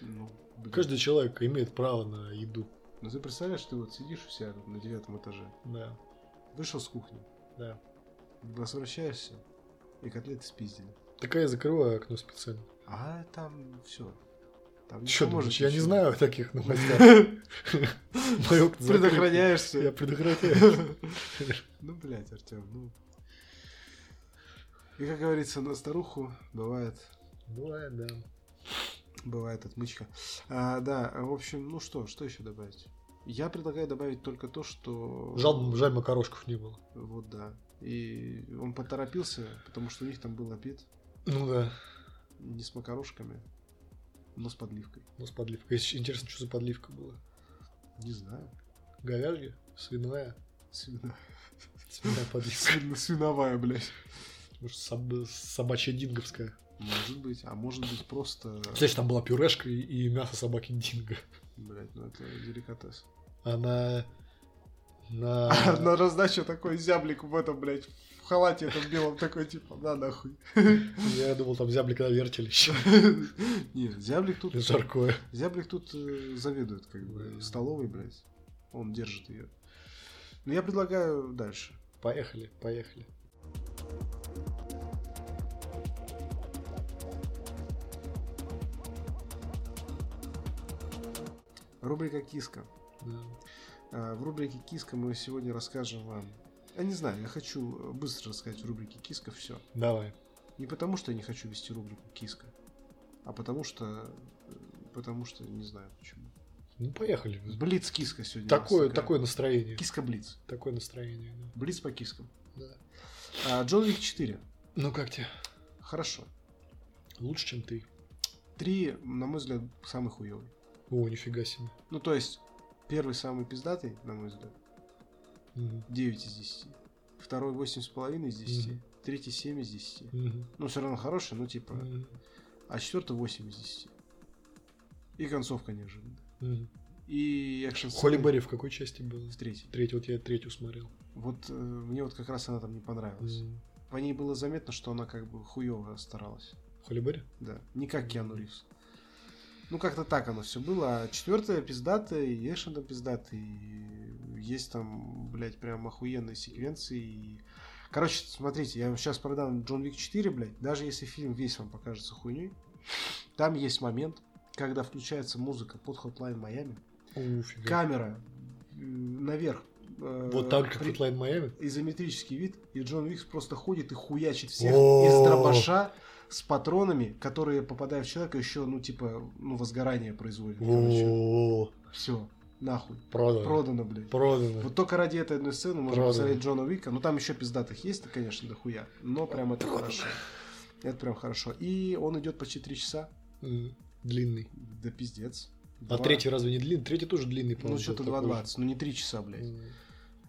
Ну, блин. Каждый человек имеет право на еду. Ну ты представляешь, ты вот сидишь у себя на девятом этаже, Да, вышел с кухни, да. возвращаешься, и котлеты спиздили. Такая а я закрываю окно специально. А там все. Там не Че поможет думаешь, я не ничего. знаю о [laughs] таких новостях. [laughs] Моё окно закрыто. Я Предохраняешься. [laughs] предохраняю. [laughs] Ну, блядь, Артем, ну. И как говорится, на старуху бывает Бывает, да. ну Бывает отмычка. А, да, в общем, ну что, что еще добавить? Я предлагаю добавить только то, что... Жаль, жаль макарошков не было. Вот, да. И он поторопился, потому что у них там был обед Ну да. не с макарошками, но с подливкой. Ну, с подливкой. Если Интересно, что за подливка была? Не знаю. Говяжья? Свиная? Свино- Свиная подливка. свино- Свиновая, блядь. Может, соб- собачья динговская. Может быть, а может быть просто... Представляешь, там была пюрешка и, и мясо собаки динго. Блядь, ну это деликатес. А на... На... На раздачу такой зяблик в этом, блядь, в халате этом белом такой, типа, на нахуй. [laughs] Я думал, там зяблик на вертелище. Нет, зяблик тут... Жаркое. Зяблик тут э, заведует, как бы, Да. столовой, блядь. Он держит ее. Но я предлагаю дальше. Поехали, поехали. Рубрика «Киска». Да. А, В рубрике «Киска» мы сегодня расскажем вам... Я не знаю, я хочу э, быстро рассказать в рубрике «Киска» все. Давай. Не потому, что я не хочу вести рубрику «Киска», а потому что... э, Потому что не знаю почему. Ну, поехали. Блиц киска сегодня. у нас Такое, такая. такое настроение. Киска Блиц. Такое настроение. да. Блиц по кискам. Да. А, Джон Вик 4. Ну, как тебе? Хорошо. Лучше, чем ты. Три, на мой взгляд, самый хуёвый. О, нифига себе. Ну, то есть, первый самый пиздатый, на мой взгляд, Мгм. 9 из 10. Второй 8,5 из 10. Мгм. Третий 7 из 10. Мгм. Ну, все равно хороший, но типа... Мгм. А четвертый 8 из 10. И концовка неожиданная. Мгм. И экшен Холли Берри в какой части был? в третьей. Третью, вот я третью смотрел. Вот э, мне вот как раз она там не понравилась. Мгм. По ней было заметно, что она как бы хуёво старалась. Холли Берри? Да, не как Киану Ривз. Ну, как-то так оно все было. А четвертое пиздатое, и экшен там пиздатый. и Есть там, блядь, прям охуенные секвенции. и- Короче, смотрите, я сейчас продам Джон Вик 4, блядь. Даже если фильм весь вам покажется хуйней, там есть момент, когда включается музыка под Hotline Майами. О, фига. Камера э, наверх. э, Вот так же, как при- Hotline Майами? изометрический вид, и Джон Уикс просто ходит и хуячит всех О. из дробаша с патронами, которые, попадая в человека, еще, ну, типа, ну, возгорание производит. Ну. О, Все, нахуй. продано. Продано, блядь. Продано. Вот только ради этой одной сцены можно Продано. посмотреть Джона Уика. Ну, там еще пиздатых есть, конечно, дохуя. Но прям это Продано. хорошо. Это прям хорошо. И он идет почти три часа. Мгм. Длинный. Да пиздец. А Два- третий разве не длинный? Третий тоже длинный, Ну, по-моему. что-то был такой 2.20. Ну, не три часа, же. блядь. Мгм.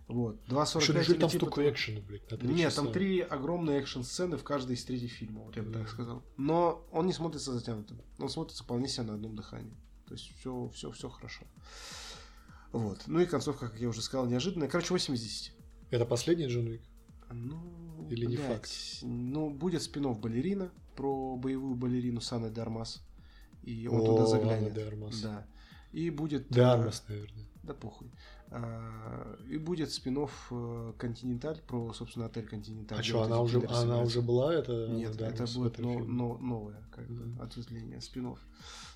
Вот. 2.45. Что, неужели или там типа столько того. экшена, блядь, на три Нет, часа? там три огромные экшн-сцены в каждой из третьих фильмов, вот я бы так Мгм. сказал. Но он не смотрится затянутым. Он смотрится вполне себе на одном дыхании. То есть все, все, все хорошо. Вот. Ну и концовка, как я уже сказал, неожиданная. Короче, 8 из 10. Это последний Джон Уик? Ну, Или не блядь, факт? Ну, будет спин балерина про боевую балерину Саны Дармас. И он туда заглянет. Де Армас. Да. И будет... Де э, Армас, наверное. Да похуй. А, И будет спинов Континенталь про, собственно, отель Континенталь. А где что, вот она эти уже, пидоры она собираются. уже была? Это, Нет, Де это Армас в будет ну, этом но- фильме? но- новое как бы, Мгм. ответвление спинов.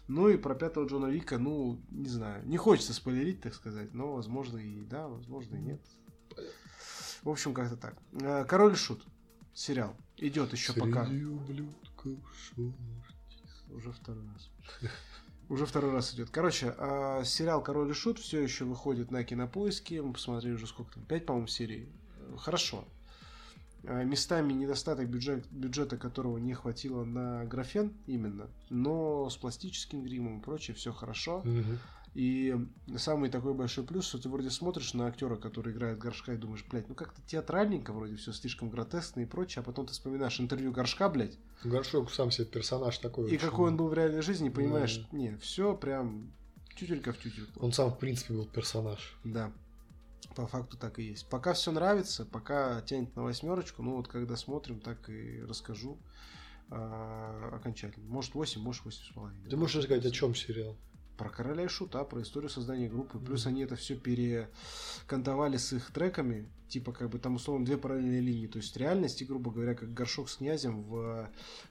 Ну и про пятого Джона Вика, ну, не знаю. Не хочется спойлерить, так сказать, но возможно и да, возможно и нет. В общем, как-то так. Э, Король и Шут. Сериал. Идет еще Среди пока. ублюдков шел. Уже второй раз. Уже второй раз идет. Короче, а, сериал Король и Шут все еще выходит на кинопоиске. Мы посмотрели уже сколько там. Пять, по-моему, серий. Э, Хорошо. А, Местами недостаток бюджет, бюджета, которого не хватило на графен именно, но с пластическим гримом и прочее все хорошо. Мгм. И самый такой большой плюс, что ты вроде смотришь на актера, который играет горшка, и думаешь, блядь, ну как-то театральненько вроде все слишком гротескно и прочее, а потом ты вспоминаешь интервью горшка, блядь, Горшок сам себе персонаж такой. и очень. какой он был в реальной жизни, Да. понимаешь, не, все прям тютелька в тютельку. Он сам, в принципе, был персонаж. Да. По факту так и есть. Пока все нравится, пока тянет на восьмерочку, ну вот когда смотрим, так и расскажу а, окончательно. Может 8, может 8,5. Ты можешь рассказать, о чем сериал? Про короля и шута, про историю создания группы. Плюс Мгм. они это все перекантовали с их треками. Типа, как бы там условно две параллельные линии. То есть реальность, и, грубо говоря, как горшок с князем в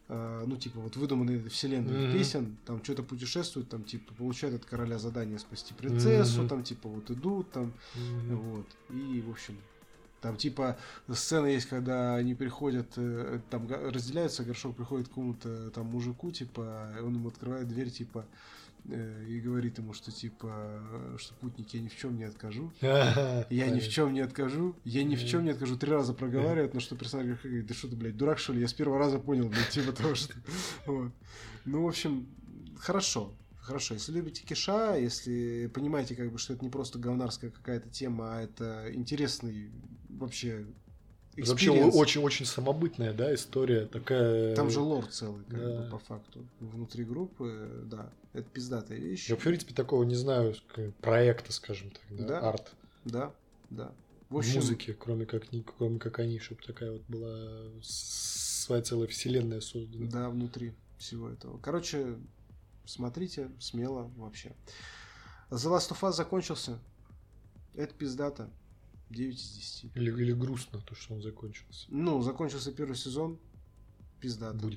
э, ну, типа, вот выдуманной вселенной Мгм. песен. Там что-то путешествуют, там, типа, получают от короля задание спасти принцессу, Мгм. [laughs] там, типа, вот идут, там, Мгм. вот. И, в общем, Там типа сцена есть, когда они приходят, э, там га- разделяются, горшок приходит к какому-то там мужику, типа, он ему открывает дверь, типа, э, и говорит ему, что типа, э, что путник, я ни в чем не откажу. Я ни в чем не откажу, я ни в чем не откажу. Три раза проговаривает, на что персонаж говорит, да что ты, блядь, дурак, что ли? Я с первого раза понял, блядь, типа того, что... [laughs] Вот. Ну, в общем, хорошо. Хорошо, если любите Киша, если понимаете, как бы, что это не просто говнарская какая-то тема, а это интересный вообще Вообще experience. очень-очень самобытная, да, история такая. э, Там же лор целый, как Да. бы, по факту. Внутри группы, да. Это пиздатая вещь. Я, в принципе, такого не знаю как проекта, скажем так, да, Да. арт Да, да. В в общем, музыке, кроме как, ни- кроме как они, чтобы такая вот была с- своя целая вселенная создана. Да, внутри всего этого. Короче, смотрите смело вообще. The Last of Us закончился. Это пиздата. 9 из 10. Или, или грустно то, что он закончился. Ну, закончился первый сезон. Пиздата. Будет.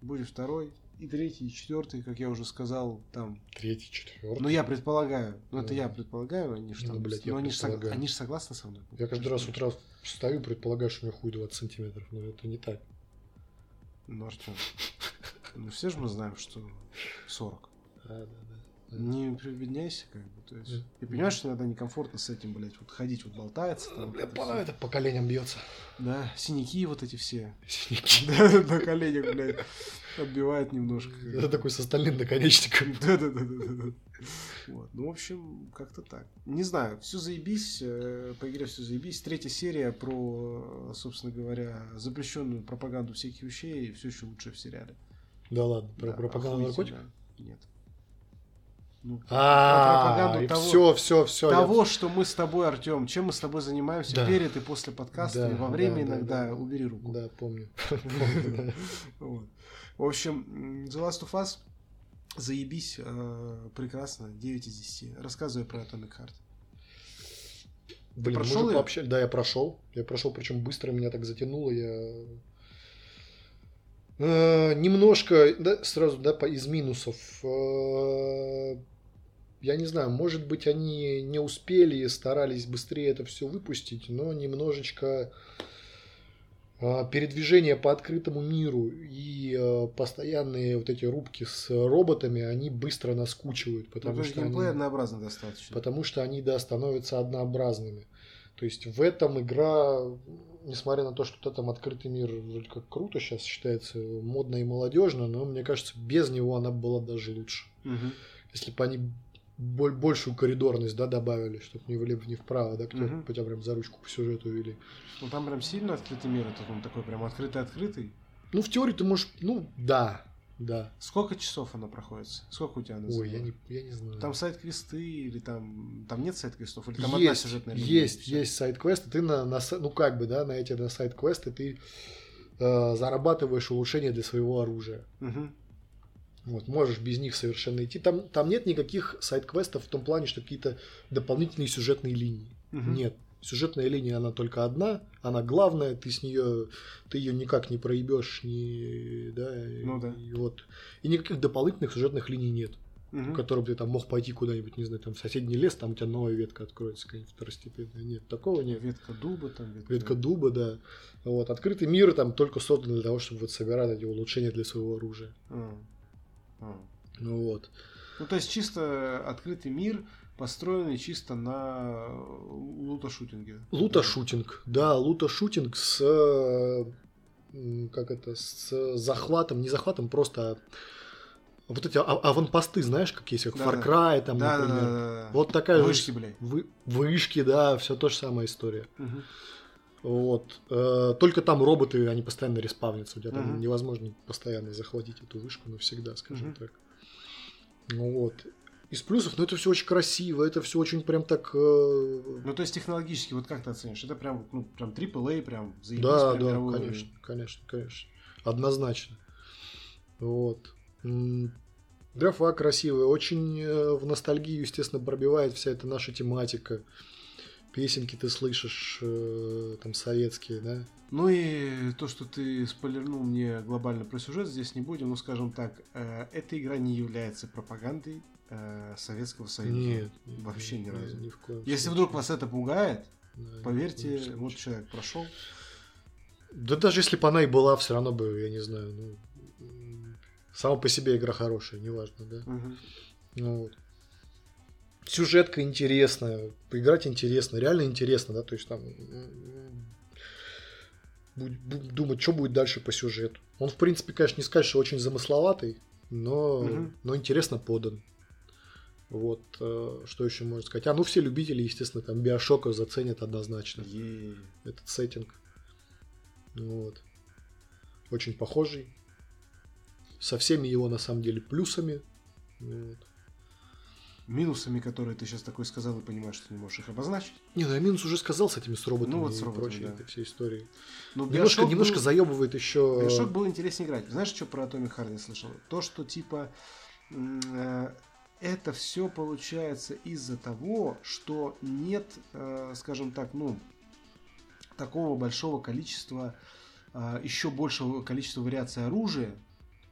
Будет второй, второй. И третий, и четвертый, как я уже сказал, там. третий, четвертый. Ну, я предполагаю. Ну, это Да. я предполагаю, они же Ну, там. блядь, я ну, они же предполагаю. согласны со мной. Я каждый раз с утра встаю, предполагаю, что у меня хуй 20 сантиметров, но это не так. Ну, Артем. Ну, все же мы знаем, что 40. А, да, да. Не прибедняйся, как бы, то есть. Да. Ты понимаешь, что иногда некомфортно с этим, блядь, вот ходить, вот болтается там. Бля, это пора всё. это по коленям бьется. Да, синяки вот эти [laughs] все. [laughs] Синяки. Да, На коленях, блядь, отбивает немножко. [laughs] Это такой с остальным наконечником. Да-да-да-да-да. Вот, ну, в общем, как-то так. Не знаю, все заебись, э, по игре все заебись. Третья серия про, э, собственно говоря, запрещенную пропаганду всяких вещей все еще лучше в сериале. Да а ладно, про Да, пропаганду наркотиков? охуительно. Нет. Ну, А, пропаганду и того- все, все, все. того, что мы с тобой, Артем, чем мы с тобой занимаемся Да. перед и после подкаста, Да, и во время да, да, иногда да. убери руку. Да, помню. Помню, да. Вот. В общем, м, The Last of Us заебись, э, прекрасно, 9 из 10. Рассказывай про Atomic Heart. Блин, мы прошёл же её? пообщались. Да, я прошел. Я прошел, причем быстро меня так затянуло. Я Э, немножко, да, сразу, да, по из минусов. Э, Я не знаю, может быть, они не успели, старались быстрее это все выпустить, но немножечко э, передвижение по открытому миру и э, постоянные вот эти рубки с роботами, они быстро наскучивают, потому Потому что они- Ну, геймплей однообразно достаточно. Потому что они, да, становятся однообразными. То есть в этом игра, несмотря на то, что да, там открытый мир вроде как круто сейчас считается, модно и молодежно, но мне кажется, без него она была даже лучше. Мгм. Если бы они боль- большую коридорность, да, добавили, чтобы не влево, не вправо, да, кто-то Мгм. тебя прям за ручку по сюжету вели. Ну там прям сильно открытый мир, этот он такой прям открытый-открытый. Ну, в теории ты можешь, ну, да, да. Сколько часов она проходится? Сколько у тебя она Ой, заняла? я не, я не знаю. Там сайт-квесты или там... Там нет сайт-квестов? Или там одна есть, сюжетная линия, и есть, всё? есть сайт-квесты. Ты на, на са- ну как бы, да, на эти на сайт-квесты ты э, зарабатываешь улучшения для своего оружия. Мгм. Вот, можешь без них совершенно идти. Там, там нет никаких сайт-квестов в том плане, что какие-то дополнительные сюжетные линии. Мгм. Нет. Сюжетная линия, она только одна, она главная, ты с нее, ты ее никак не проебешь, ни, да, и- Ну да. и вот. И никаких дополнительных сюжетных линий нет Мгм. в котором ты там мог пойти куда-нибудь, не знаю, там в соседний лес, там у тебя новая ветка откроется, какая-нибудь второстепенная. Нет, такого нет. Ветка дуба там. Ветка, Ветка дуба, да. Вот. Открытый мир там только создан для того, чтобы вот собирать эти улучшения для своего оружия. А. А. Ну вот. Ну, то есть чисто открытый мир, построенный чисто на лутошутинге. Лута-шутинг. Да, лута-шутинг с э, м, как это, с захватом, не захватом, просто а вот эти а- аванпосты, знаешь, как есть, как Да, да. Far Cry, там, Да, да, например. да, да. Вот такая Вышки, же... блядь. Вы- Вышки, да, все то же самая история. Мгм. Вот. Э, Только там роботы, они постоянно респавнятся. У тебя там Мгм. невозможно постоянно захватить эту вышку навсегда, скажем Мгм. так. Ну вот. Из плюсов, ну это все очень красиво, это все очень прям так... э, Ну, то есть технологически, вот как ты оценишь? Это прям, ну, прям AAA, прям заебись, да, прям да, мировой конечно, конечно, конечно. Однозначно. Вот. М, Графа красивая, очень э, в ностальгию, естественно, пробивает вся эта наша тематика. Песенки ты слышишь, э, там, советские, да? Ну и то, что ты спойлернул мне глобально про сюжет, здесь не будем. Ну, скажем так, э, эта игра не является пропагандой э, Советского Союза. Нет. Вообще ни разу. в коем Если случае. вдруг вас это пугает, Да, ни в Поверьте, коем вот случае. человек прошел. Да даже если бы она и была, все равно бы, я не знаю, ну, м, сама по себе игра хорошая, неважно, да. Ну, вот. Сюжетка интересная, поиграть интересно, реально интересно, да, то есть там м, будь- буду думать, что будет дальше по сюжету. Он, в принципе, конечно, не скажешь, что очень замысловатый, но, Мгм. но интересно подан. Вот, э, что еще можно сказать? А, ну, все любители, естественно, там Биошока заценят однозначно Е. этот сеттинг. Ну Вот. Очень похожий. Со всеми его, на самом деле, плюсами. Ну Вот. Минусами, которые ты сейчас такой сказал, и понимаешь, что не можешь их обозначить. Не, ну я минус уже сказал с этими с роботами Ну вот и с роботами, прочей да. этой всей историей. Но Немножко, Bioshock немножко был- заебывает еще. Bioshock было интереснее играть. Знаешь, что про Atomic Heart я слышал? То, что типа м, э, это все получается из-за того, что нет, э, скажем так, ну, такого большого количества, еще большего количества вариаций оружия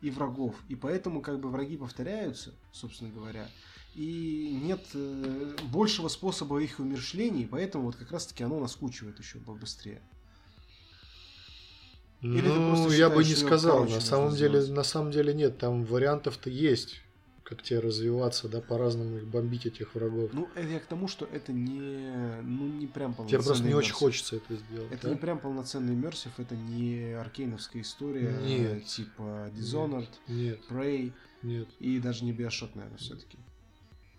и врагов. И поэтому как бы враги повторяются, собственно говоря. И нет э, большего способа их умершлений, поэтому вот как раз-таки оно наскучивает еще быстрее. Ну, или ты просто я бы считаешь, что не её сказал. короче На нужно самом деле, сделать? на самом деле нет. Там вариантов-то есть, как тебе развиваться, да, по-разному их бомбить этих врагов. Ну, это я к тому, что это не, ну, не прям полноценный тебе просто не очень иммерсив. хочется это сделать. Это да? не прям полноценный иммерсив, это не аркейновская история, Нет. типа Dishonored, Нет, Prey нет. и даже не Bioshock, наверное, все-таки.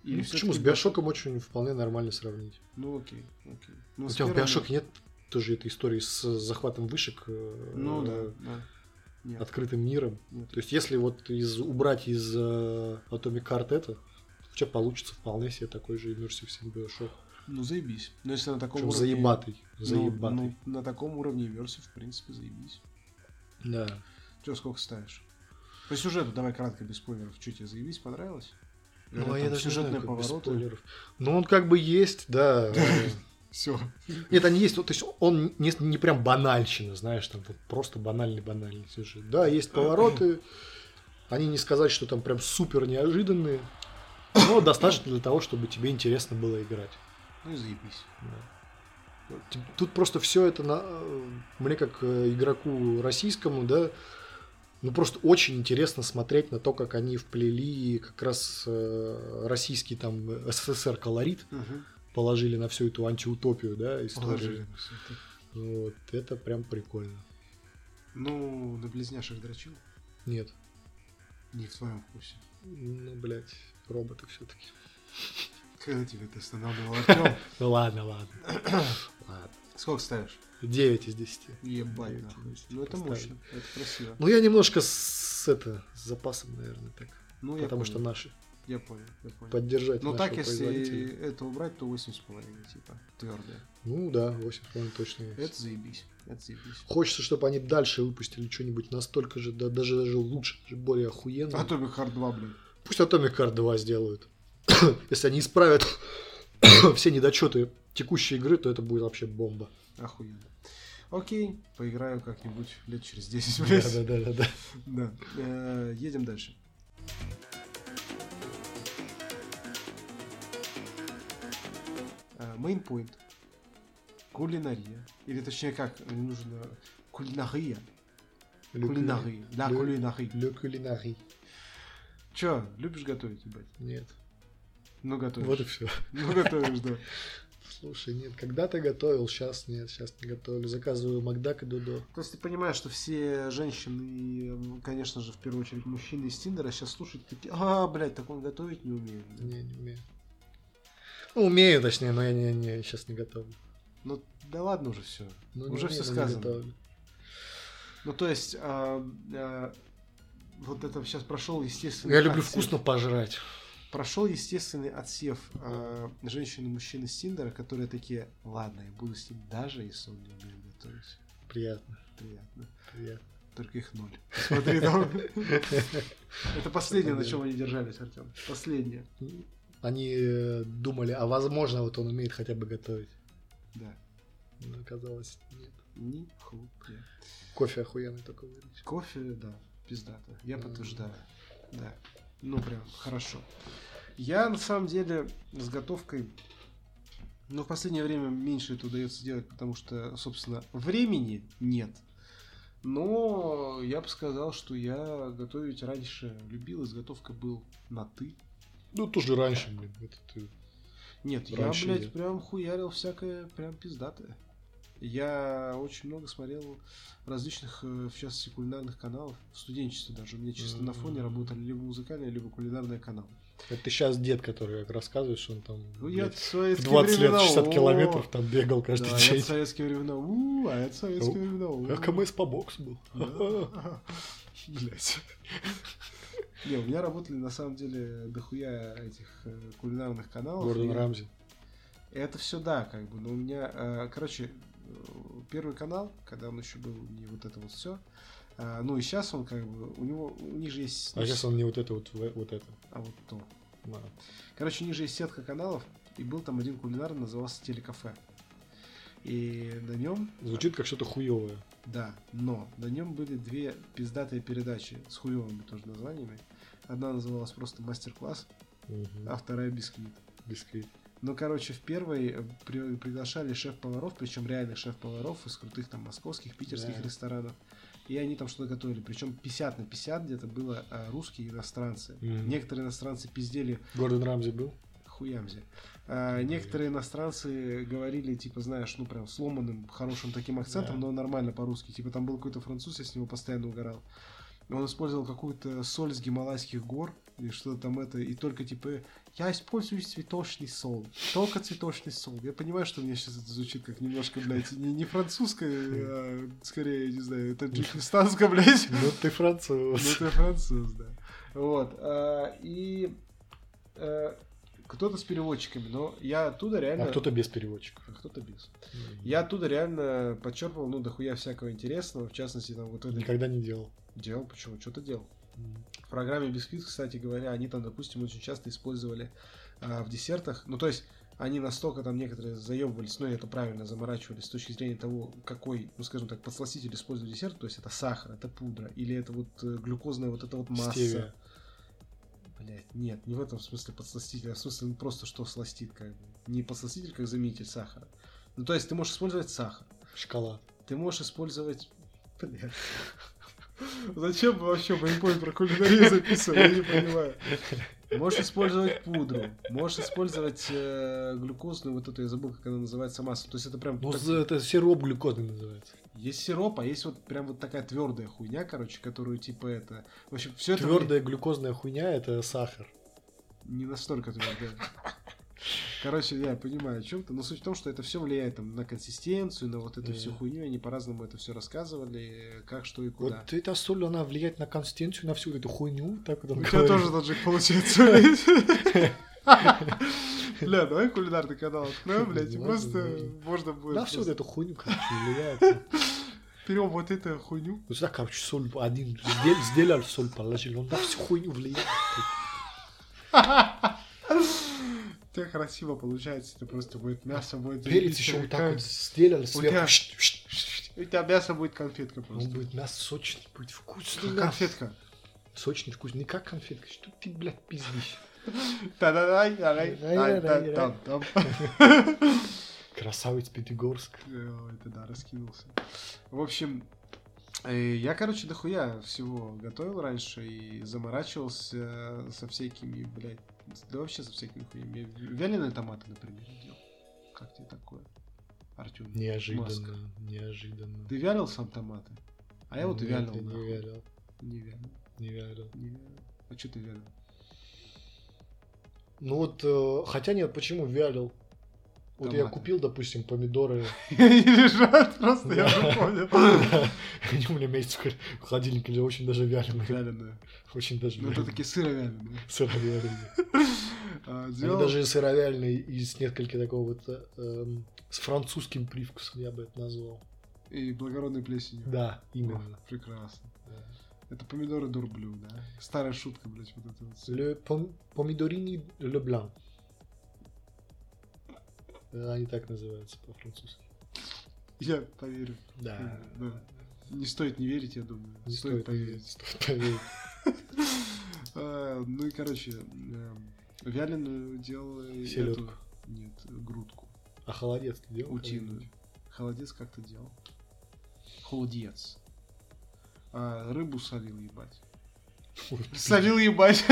Или Ну, всё-таки почему с Биошоком очень вполне нормально сравнить? Ну, окей, окей. Ну, У с тебя в первым- Биошоке нет тоже этой истории с захватом вышек, э, Ну, да, да. Нет, открытым миром. нет. То есть, если вот из, убрать из э, Atomic Heart это, у тебя получится вполне себе такой же иммерсив Bioshock. Ну, заебись. Но если на таком Причем уровне... заебатый. ну, Заебатый. ну, на таком уровне иммерсив, в принципе, заебись. Да. Че, сколько ставишь? По сюжету давай кратко, без спойлеров. Что тебе заебись, понравилось? Или Ну, а там я даже не знаю, сюжетные как без повороты. спойлеров. Ну, он как бы есть, да. Все. Нет, они есть. ну, То есть, он не, не прям банальщина, знаешь, там вот просто банальный-банальный сюжет. Да, есть повороты. Они не сказать, что там прям супер неожиданные, но достаточно для того, чтобы тебе интересно было играть. Ну и заебись. Да. Т- Тут просто все это на, э, мне как э, игроку российскому, да, ну просто очень интересно смотреть на то, как они вплели как раз э, российский там СССР колорит положили на всю эту антиутопию, да, историю. Вот это прям прикольно. Ну, на близняшек дрочил? Нет, Не в твоем вкусе. ну блядь, роботы все-таки. Когда тебя это останавливал, Артем? Ну ладно, ладно. [coughs] ладно. [laughs] Сколько ставишь? 9 из 10. Ебать, Девять, нахуй. десять Ну это поставлю. мощно, это красиво. Ну я немножко с, это, с запасом, наверное, так. Ну, я Потому что понял, наши. Я понял, я понял. Поддержать Ну нашего так, производителя. если это убрать, то 8,5, типа, твердое. Ну да, 8 точно есть. Это заебись, это заебись. Хочется, чтобы они дальше выпустили что-нибудь настолько же, да, даже, даже лучше, даже более охуенное. А Тоби Хард 2, блин. Пусть Atomic Heart 2 сделают. [coughs] Если они исправят [coughs] все недочеты текущей игры, то это будет [laughs] вообще бомба. Охуенно. Окей, поиграю как-нибудь лет через 10, блядь. Да-да-да. Да. Э, Едем дальше. Э, Мейнпоинт. Кулинария. Или точнее как, э, нужно кулинария. Кулинария. Да, лю- кулинария. Le Culinary. Чё, любишь готовить, ебать? Нет. Ну, готовишь. Вот и все. [laughs] Ну, готовишь, да. Слушай, нет, когда-то готовил, сейчас нет, сейчас не готовлю. Заказываю Макдак и Дудо. То есть ты понимаешь, что все женщины, и, конечно же, в первую очередь мужчины из Тиндера сейчас слушают такие, а, блядь, так он готовить не умеет. блядь». Не, не умею. Ну, умею, точнее, но я не, не, сейчас не готовлю. Ну, да ладно уже все. Ну, не Уже умею, все но не сказано. готовлю. Ну, то есть, а, а, вот это сейчас прошел естественный Я люблю отсев. вкусно пожрать. Прошел естественный отсев а, женщин и мужчин из Тиндера, которые такие, ладно, я буду с ним даже, если он не умеет готовить. Приятно, Приятно. приятно. Только их ноль. Смотри [laughs] там. Это последнее, на чем они держались, Артем. Последнее. Они э, думали, а возможно, вот он умеет хотя бы готовить. Да. Но оказалось, нет. Ни хуя. Кофе охуенный только варить. Кофе, да, пиздато. Я М. подтверждаю. Да. Ну прям, хорошо. Я на самом деле с готовкой Но в последнее время меньше это удается делать, потому что, собственно, времени нет. Но я бы сказал, что я готовить раньше любил, изготовка был на «ты». Ну, тоже раньше, блин. э, Это ты- Нет, Раньше я, блядь, я. прям хуярил всякое прям пиздатое. Я очень много смотрел различных, э, в частности, кулинарных каналов. В студенчестве даже. У меня чисто на фоне Мгм. работали либо музыкальные, либо кулинарные каналы. Это ты сейчас дед, который как рассказываешь, он там Ну, я блядь, в в советские 20 лет времена, 60 о, километров там бегал Да, каждый я день. в советские времена. У, а я в советские Ну, времена. у. А КМС по боксу был. [laughs] Да. [laughs] Блять. Не, у меня работали на самом деле дохуя этих э, кулинарных каналов. Гордон И Рамзи. Это все да, как бы. Но у меня, э, короче, э, первый канал, когда он еще был не вот это вот все. Ну и сейчас он как бы, у него, у них же есть... А сейчас он не вот это вот, в- вот это. А вот то. Да. Короче, у них же есть сетка каналов, и был там один кулинарный, назывался Телекафе. И на нем Звучит как что-то хуевое. Да, но на нем были две пиздатые передачи с хуевыми тоже названиями. Одна называлась просто мастер-класс, а вторая бисквит. Бисквит. Ну, короче, в первой э, при- приглашали шеф-поваров, причем реальных шеф-поваров из крутых там московских, питерских Да. ресторанов. И они там что-то готовили. Причем 50 на 50 где-то было э, русские и иностранцы. Мгм. Некоторые иностранцы пиздели Гордон Рамзи был? хуямзи. А, Блин. некоторые иностранцы говорили, типа, знаешь, ну прям сломанным, хорошим таким акцентом, Да. но нормально по-русски. Типа там был какой-то француз, я с него постоянно угорал. Он использовал какую-то соль с гималайских гор и что-то там это, и только типа я использую цветочный сол, только цветочный сол. Я понимаю, что мне сейчас это звучит как немножко, блядь, не, не французское, а скорее, не знаю, таджикистанское, блядь. Ну ты Ну француз. ты француз, да. Вот. а, И э, кто-то с переводчиками, но я оттуда реально... А кто-то без переводчика. А кто-то без. Я оттуда реально подчерпывал, ну, дохуя всякого интересного. В частности, там вот это никогда не делал. делал, почему? Что-то делал. В программе Бисквит, кстати говоря, они там, допустим, очень часто использовали а, в десертах. Ну, то есть, они настолько там некоторые заебывались, ну, и это правильно, заморачивались с точки зрения того, какой, ну, скажем так, подсластитель использует десерт. То есть, это сахар, это пудра, или это вот э, глюкозная вот эта вот масса. Стевия. Блять, нет, не в этом смысле подсластитель, а в смысле ну, просто что сластит, как бы. Не подсластитель, как заменитель сахара. Ну, то есть ты можешь использовать сахар, Шоколад. ты можешь использовать... Блядь. [laughs] Зачем мы вообще мейнпоинт про кулинарию записываем, я не понимаю. Можешь использовать пудру, можешь использовать э, глюкозную, вот эту, я забыл, как она называется, массу. То есть это прям... Ну, так- за- это сироп глюкозный называется. Есть сироп, а есть вот прям вот такая твердая хуйня, короче, которую типа это... В общем, все это... Твердая глюкозная хуйня это сахар. Не настолько твердая. Короче, я понимаю, о чем ты. Но суть в том, что это все влияет там, на консистенцию, на вот эту Да. всю хуйню. Они по-разному это все рассказывали, э, как, что и куда. Вот эта соль, она влияет на консистенцию, на всю вот эту хуйню. Так вот он У тебя говорит. тоже [laughs] таджик получается, блядь. Бля, давай кулинарный канал [laughs] откроем, блядь, и Ладно, просто ладно. можно будет... На всю вот просто эту хуйню, короче, влияет. Берем вот эту хуйню. Вот сюда, короче, соль один сдел- сделал, соль положил, он на всю хуйню влияет. У тебя красиво получается, это просто будет мясо будет... Перец еще вот так вот сделал, тебя- сверху. шт- шт- У тебя мясо будет конфетка Он просто. будет мясо сочный, будет вкусный. Как мясо. Конфетка. Сочный вкус, не как конфетка. Что ты, блядь, пиздишь? Та-да-дай, дай, дай, дай, там, там. Красавец Пятигорск. Э, Это да, раскинулся. В общем, э, я, короче, дохуя всего готовил раньше и заморачивался со всякими, блядь, да вообще со всякими хуями. Я Вяленые томаты, например, делал. Как тебе такое, Артем? Неожиданно, Маска. неожиданно. Ты вялил сам томаты? А я вот Нет, вялил. нахуй. я Не вялил, Не вялил, не вялил. не вялил. А что ты вялил? [laughs] Ну вот, э, хотя нет, почему вялил? Вот я Томаты. купил, [laughs] допустим, помидоры. Я не лежат просто, я Да. уже понял. [laughs] Они у меня месяц в холодильнике или очень даже вяленые. Вяленые. Очень даже Ну, это вяленые. такие [laughs] сыровяленые. Сыровяленые. А, Они делал- даже сыровяленые и с нескольких такого вот э, эм, с французским привкусом, я бы это назвал. И благородной плесенью. Да, О, именно. Прекрасно. Да. Это помидоры дурблю, да? Старая шутка, блядь, вот это вот. Le pom- Помидорини Ле Блан. Э, Они так называются по-французски. Я поверю. Да. Да. Не стоит не верить, я думаю. А. Не стоит поверить. Стоит поверить. А, Ну и, короче, эм, вяленую делал... и Селёдку. эту- Нет, грудку. А холодец ты делал? Утиную. Холодец как ты делал? Холодец. А, рыбу солил, [laughs] ебать. когда-нибудь? Ой, Солил, ебать.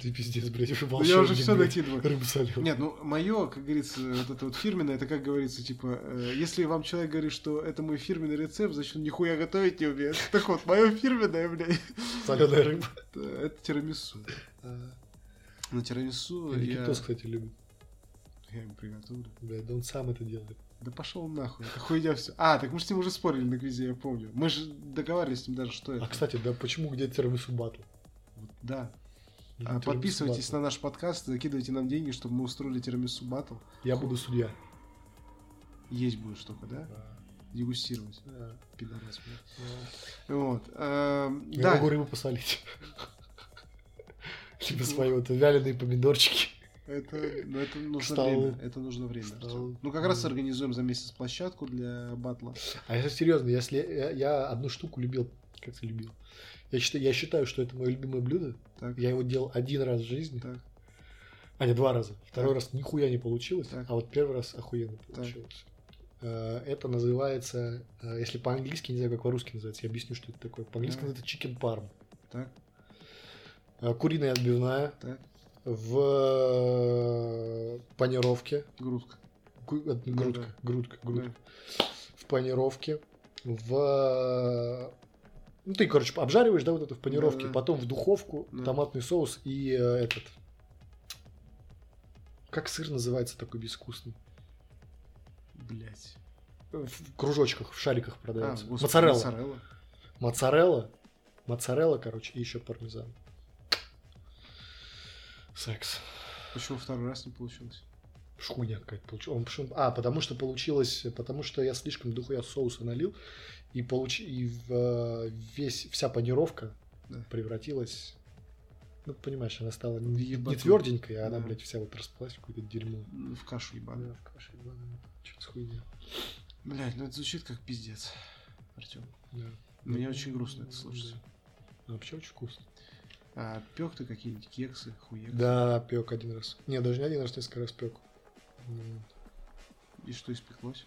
Ты пиздец, блядь, уже Я уже волшебник, все блядь. накидываю. Рыбу солил. Нет, ну мое, как говорится, вот это вот фирменное, это как говорится, типа, э, если вам человек говорит, что это мой фирменный рецепт, значит он нихуя готовить не умеет. [laughs] Так вот, мое фирменное, блядь, Соленая рыба. это- это тирамису. На тирамису А, я, Никитос, кстати, любит. я им приготовлю. Блядь, да он сам это делает. Да пошел нахуй, это хуйня все. А, так мы же с ним уже спорили на квизе, я помню. Мы же договаривались с ним даже, что это. А, кстати, да почему где тирамису батл? Вот, Да. А, Где тирамису Подписывайтесь батл? на наш подкаст, закидывайте нам деньги, чтобы мы устроили тирамису батл. Я буду судья. Есть будешь только, да? Дегустировать. Да. Пидорас, блядь. Да. Вот. эм, Я да. могу рыбу посолить. [laughs] Либо свои вот вяленые помидорчики. Это, ну, это нужно Стало. время. Это нужно время. Стало. Артём. Ну, как раз Мгм. организуем за месяц площадку для батла. А если серьезно, если я, я одну штуку любил, как ты любил, я считаю, я считаю, что это мое любимое блюдо. Так, Я его делал один раз в жизни, так, а не два раза. Второй раз нихуя не получилось, Так. а вот первый раз охуенно получилось. Э, Это называется, э, если по-английски, не знаю, как по-русски называется, я объясню, что это такое. По-английски Давай. это chicken parm. так, Э, Куриная отбивная так. в э, панировке. Грудка. Гу- от- Ну Грудка, да. грудка, грудка. В панировке, в... Ну, ты, короче, обжариваешь, да, вот это в панировке, Да-да-да. потом в духовку, Да. томатный соус и э, этот... Как сыр называется такой безвкусный? Блять. В- В кружочках, в шариках продается. А, моцарелла. моцарелла. моцарелла. Моцарелла. короче, и еще пармезан. Секс. Почему второй раз не получилось? Шхуня какая-то получилась. Он почему- А, потому что получилось, потому что я слишком дохуя соуса налил, и, получ... и в, э, весь, вся панировка Да. превратилась... Ну, понимаешь, она стала не, не Ебатой. тверденькой, а она, Да. блядь, вся вот расплылась в какое-то дерьмо. Ну, В кашу ебаную. Да, в каше ебаная. Чё за хуйня. Блять, ну это звучит как пиздец. Артем. Да. Мне Ну, очень грустно это слушать. Да. А вообще очень вкусно. А пек ты какие-нибудь кексы, хуексы? Да, пек один раз. Не, даже не один раз, несколько раз пек. М, И что испеклось?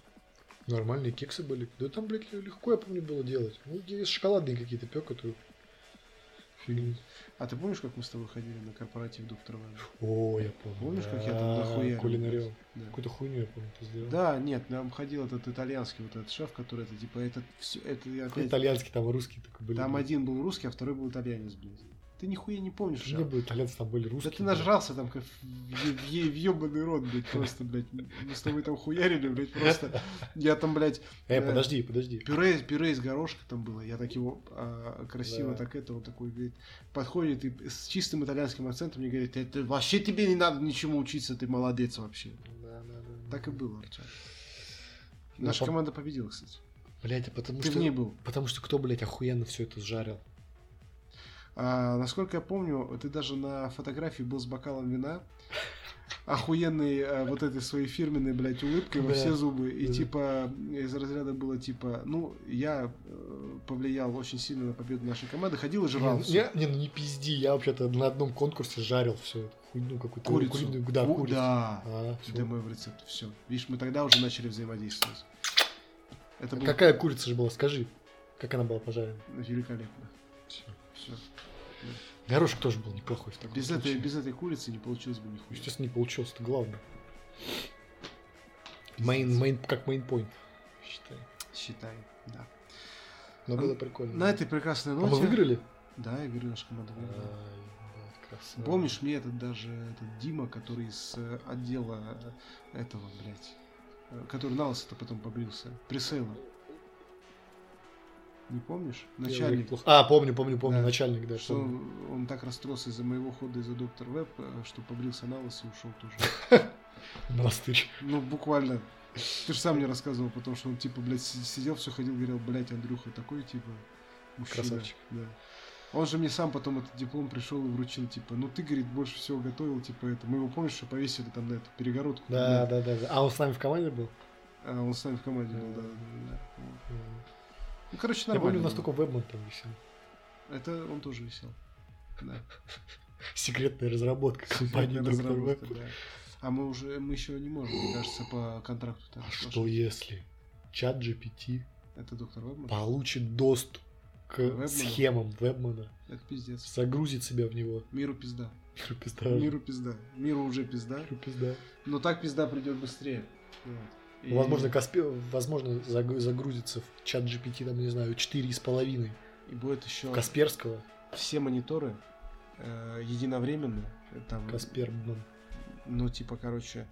Нормальные кексы были. Да там, блядь, легко, я помню, было делать. Ну, и шоколадные какие-то пек, эту фигню. А ты помнишь, как мы с тобой ходили на корпоратив доктора Вана? О, я помню. Помнишь, как я там Да, нахуярил? кулинарил? Да. Какую-то хуйню я помню, ты сделал. Да, нет, нам ходил этот итальянский вот этот шеф, который это типа это все это я Какой опять. итальянский, там русский такой были. Там один был русский, а второй был итальянец, блядь. Ты нихуя не помнишь, Не Жан. было итальянцев, там были Да русские. ты нажрался там как в, е- в е- в ёбаный рот, блядь, просто, блядь. Мы с тобой там хуярили, блядь, просто. Я там, блядь, Э, Да. подожди, подожди. пюре, пюре из горошка там было. Я так его а, красиво Да. так это, он такой, блядь, подходит и с чистым итальянским акцентом мне говорит, это вообще тебе не надо ничему учиться, ты молодец вообще. Да, да, да. Так и было, Артём. Ну, Наша по- команда победила, кстати. Блядь, а потому Ты что... в ней был. Потому что кто, блядь, охуенно все это сжарил? А, насколько я помню, ты даже на фотографии был с бокалом вина, охуенной э, вот этой своей фирменной, блядь, улыбкой во Да. все зубы. И Да. типа из разряда было типа, ну, я э, повлиял очень сильно на победу нашей команды, ходил и жрал не, всё. не, не, ну не пизди, я вообще-то на одном конкурсе жарил все эту хуйню какую-то. курицу. Куриную, да, Ку- курицу. да. А, всё. Ты мой в рецепт. Все. Видишь, мы тогда уже начали взаимодействовать. Это было А Какая курица же была, скажи, как она была пожарена? великолепно. Всё. Все. Горошек тоже был неплохой в таком Без случае. этой, без этой курицы не получилось бы нихуя. Естественно, не получилось, это главное. Мейн, мейн, как мейнпоинт, считай. Считай, да. Но А было прикольно. На этой прекрасной А ноте... мы выиграли? Да, я говорю, наша команда выиграла. Э, Ай, красава. Помнишь, мне этот даже этот Дима, который из э, отдела э, этого, блядь, э, который на лысо-то потом побрился, пресейла. Не помнишь? Я уже Начальник. плохо- А, помню, помню, помню, Да. начальник, да, Что помню. он, он так расстроился из-за моего хода из-за доктор Веб, э, что побрился на лысо и ушел тоже. Монастырь. Ну, буквально. Ты же сам мне рассказывал, потому что он, типа, блядь, си- сидел, все ходил, говорил, блядь, Андрюха такой, типа, мужчина. Красавчик. Да. Он же мне сам потом этот диплом пришел и вручил, типа, ну ты, говорит, больше всего готовил, типа, это. Мы его, помнишь, что повесили там на эту перегородку? Да, да, да, да. А он с нами в команде был? А, он с нами в команде был, да, да, да. Вот. Ну, короче, Я нормально. помню, у нас было. только вебман там висел. Это он тоже висел. Да. Секретная разработка компании Секретная «Доктор разработка, Веб». да. А мы уже, мы еще не можем, мне кажется, по контракту. там А слушать. что если чат GPT Это доктор Вебман? получит доступ к Вебмана? схемам Вебмана, Это пиздец. загрузит себя в него? [laughs] Миру пизда. Миру пизда. Миру пизда. Миру уже пизда. Миру пизда. Но так пизда придет быстрее. Вот. И- Возможно, Каспи... возможно, заг- загрузится в чат GPT, там, не знаю, 4,5 И будет еще Касперского. все мониторы э, единовременно. э, Там, Каспербман. ну, типа, короче,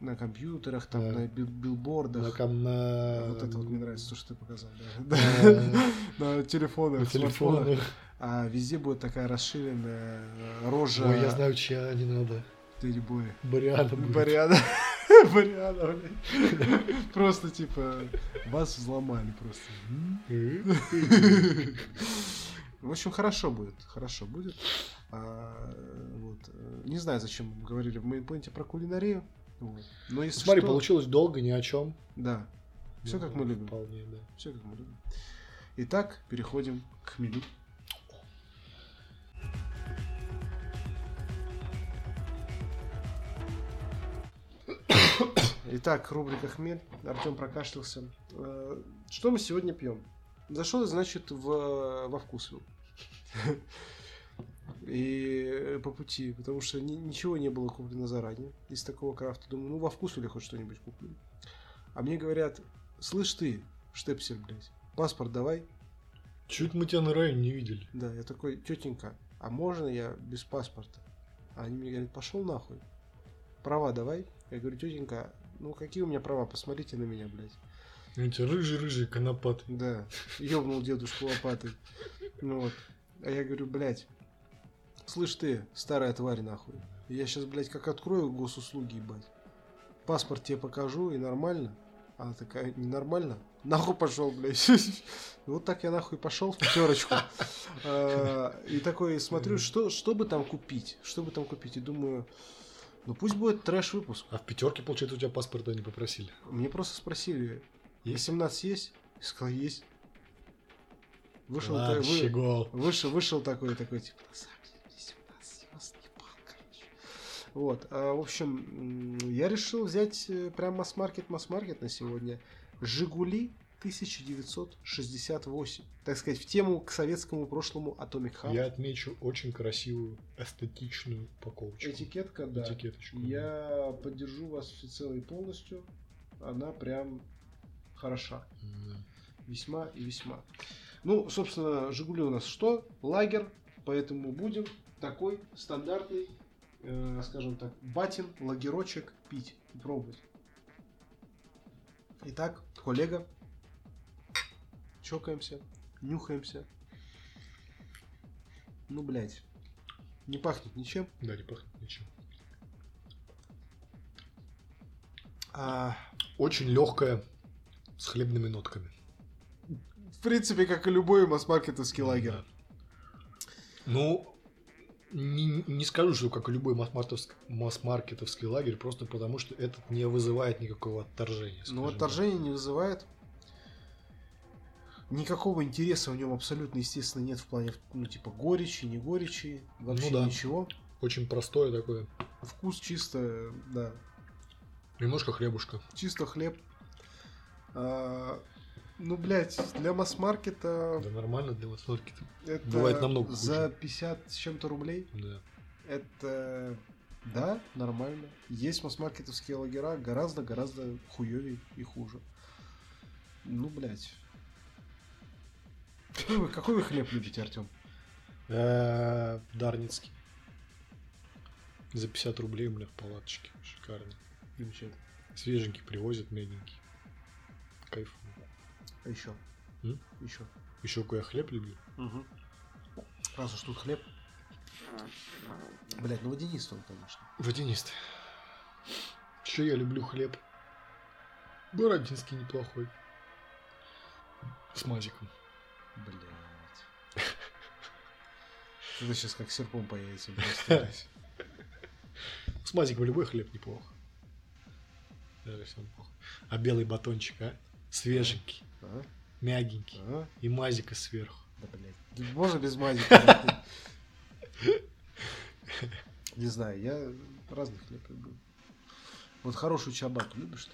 на компьютерах, там, Да. на бил- билбордах. На, ком- э, на... Вот это вот мне нравится, то, что ты показал. да. [laughs] [laughs] На На телефонах, э, на смартфонах. телефонах. А везде будет такая расширенная э, рожа Ой, я знаю, чья не надо. Дэдди Боя. Бариана будет. [laughs] Бариана. Бариана, блядь. Просто типа вас взломали просто. [laughs] В общем, хорошо будет, хорошо будет. А, вот. э, Не знаю, зачем мы говорили в мейнпоинте про кулинарию. Вот. Но если [laughs] Смотри, что- получилось долго, ни о чем. Да, Всё, как мы любим. Вполне, да. все как мы любим. Итак, переходим к хмелю. Итак, рубрика «Хмель». Артем прокашлялся. Э, Что мы сегодня пьем? Зашел, значит, в, во вкусвилл. И э, по пути, потому что ни- ничего не было куплено заранее из такого крафта. Думаю, ну во вкусвилле хоть что-нибудь куплю. А мне говорят, слышь ты, штепсель, блядь, паспорт давай. Чуть мы тебя на районе не видели. Да, я такой, тетенька, а можно я без паспорта? А они мне говорят, пошел нахуй. Права давай. Я говорю, тетенька, ну какие у меня права, посмотрите на меня, блядь. Эти рыжие-рыжие конопаты. Да, ёбнул дедушку лопатой. Ну вот. А я говорю, блядь, слышь ты, старая тварь, нахуй. Я сейчас, блядь, как открою госуслуги, ебать. Паспорт тебе покажу, и нормально. Она такая, ненормально? Нахуй пошел, блядь. [laughs] Вот так я нахуй пошел в пятерочку. А, И такой смотрю, что, что бы там купить? Что бы там купить? И думаю, ну пусть будет трэш-выпуск. А в пятерке, получается, у тебя паспорта не попросили. Мне просто спросили, Есть? 18 есть? Я сказал, есть. Вышел, та- Ладно, вы- щегол. вышел, вышел такой, такой, типа, на самом деле, мне 17, я вас ебал, короче. Вот, а, в общем, м, я решил взять э, прям масс-маркет, масс-маркет на сегодня. «Жигули» 1968. Так сказать, в тему к советскому прошлому Atomic Heart. Я отмечу очень красивую, эстетичную упаковочку. Этикетка, да. Этикеточку. Я поддержу вас всецело и полностью. Она прям хороша. Да. Весьма и весьма. Ну, собственно, Жигули у нас что? Лагер. Поэтому будем такой стандартный, э, скажем так, батин, лагерочек пить, и пробовать. Итак, коллега, чокаемся, нюхаемся. Ну, блядь, не пахнет ничем. Да, не пахнет ничем. А, Очень легкая, с хлебными нотками. в принципе, как и любой масс-маркетовский Да. лагерь. Ну, не, не скажу, что как и любой масс-мартовск- масс-маркетовский лагерь, просто потому что этот не вызывает никакого отторжения. Но скажем Ну, отторжение не вызывает. Никакого интереса в нем абсолютно, естественно, нет в плане, ну, типа, горечи, не горечи, вообще Ну да. ничего. так. Очень простое такое. Вкус чисто, да, Немножко хлебушка. чисто хлеб. А, ну, блядь, для масс-маркета Да нормально для масс-маркета. это бывает намного хуже. за 50 с чем-то рублей. Да. Это, да, нормально. Есть масс-маркетовские лагера гораздо-гораздо хуевее и хуже. Ну, блядь. Какой вы, какой вы хлеб любите, Артем? Э, Дарницкий. За 50 рублей у меня в палаточке. Шикарно. Замечательно. Свеженький привозят, мягенький. Кайфую. А еще? М? Еще. Еще какой я хлеб люблю. Раз уж тут хлеб. Блять, ну водянистый он, конечно. Водянистый. Еще я люблю хлеб. Бородинский неплохой. С мазиком. Блять. Это сейчас как серпом по яйцам. просто, блядь. С мазиком любой хлеб неплох. Даже если он плох. А белый батончик, а? Свеженький, А? мягенький. А? И мазика сверху. Да, блядь. Можно без мазика? Не знаю, я разных хлеб люблю. Вот хорошую чабату любишь ты?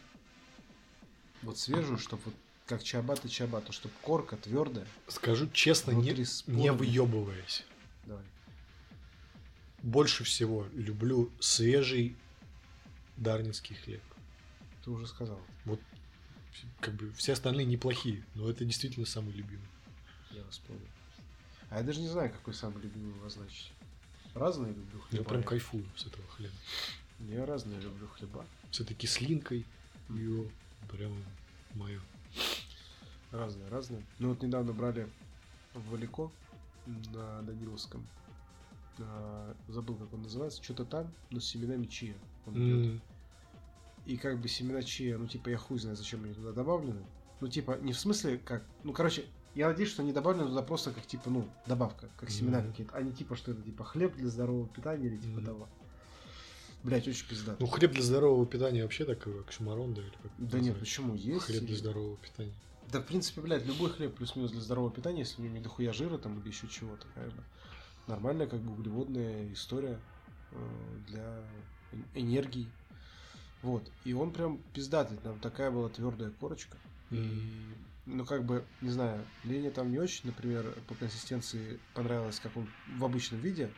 Вот свежую, чтобы вот как чабата чабата, чтобы корка твердая. Скажу честно, не, Внутри не спорно. выебываясь. Давай. Больше всего люблю свежий дарнинский хлеб. Ты уже сказал. Как бы все остальные неплохие, но это действительно самый любимый. Я вас помню. А я даже не знаю, какой самый любимый обозначить. Разные люблю Я хлеба. прям кайфую с этого хлеба. Я разные люблю хлеба. С этой кислинкой. Ее прям мое. Разные, разные. Ну вот недавно брали в Валико на Даниловском. а, забыл, как он называется. Что-то там, но с семенами чия. Он идет. И как бы семена чия, ну типа я хуй знаю, зачем они туда добавлены. Ну типа, не в смысле как... Ну короче, я надеюсь, что они добавлены туда просто как типа, ну, добавка, как семена Мгм. какие-то. А не типа, что это типа хлеб для здорового питания или типа Мгм. того. Блять, очень пизда. Ну, хлеб для здорового питания вообще такой, как шумаронда или как это да нет, называется? почему? Есть. Ну, Хлеб для и- здорового питания. Да, в принципе, блядь, любой хлеб плюс-минус для здорового питания, если у него не дохуя жира там или еще чего-то, как бы. Нормальная, как бы, углеводная история э, для эн- энергии. Вот. И он прям пиздатый. Там такая была твердая корочка. И, ну, как бы, не знаю, Лене там не очень, например, по консистенции понравилось, как он в обычном виде,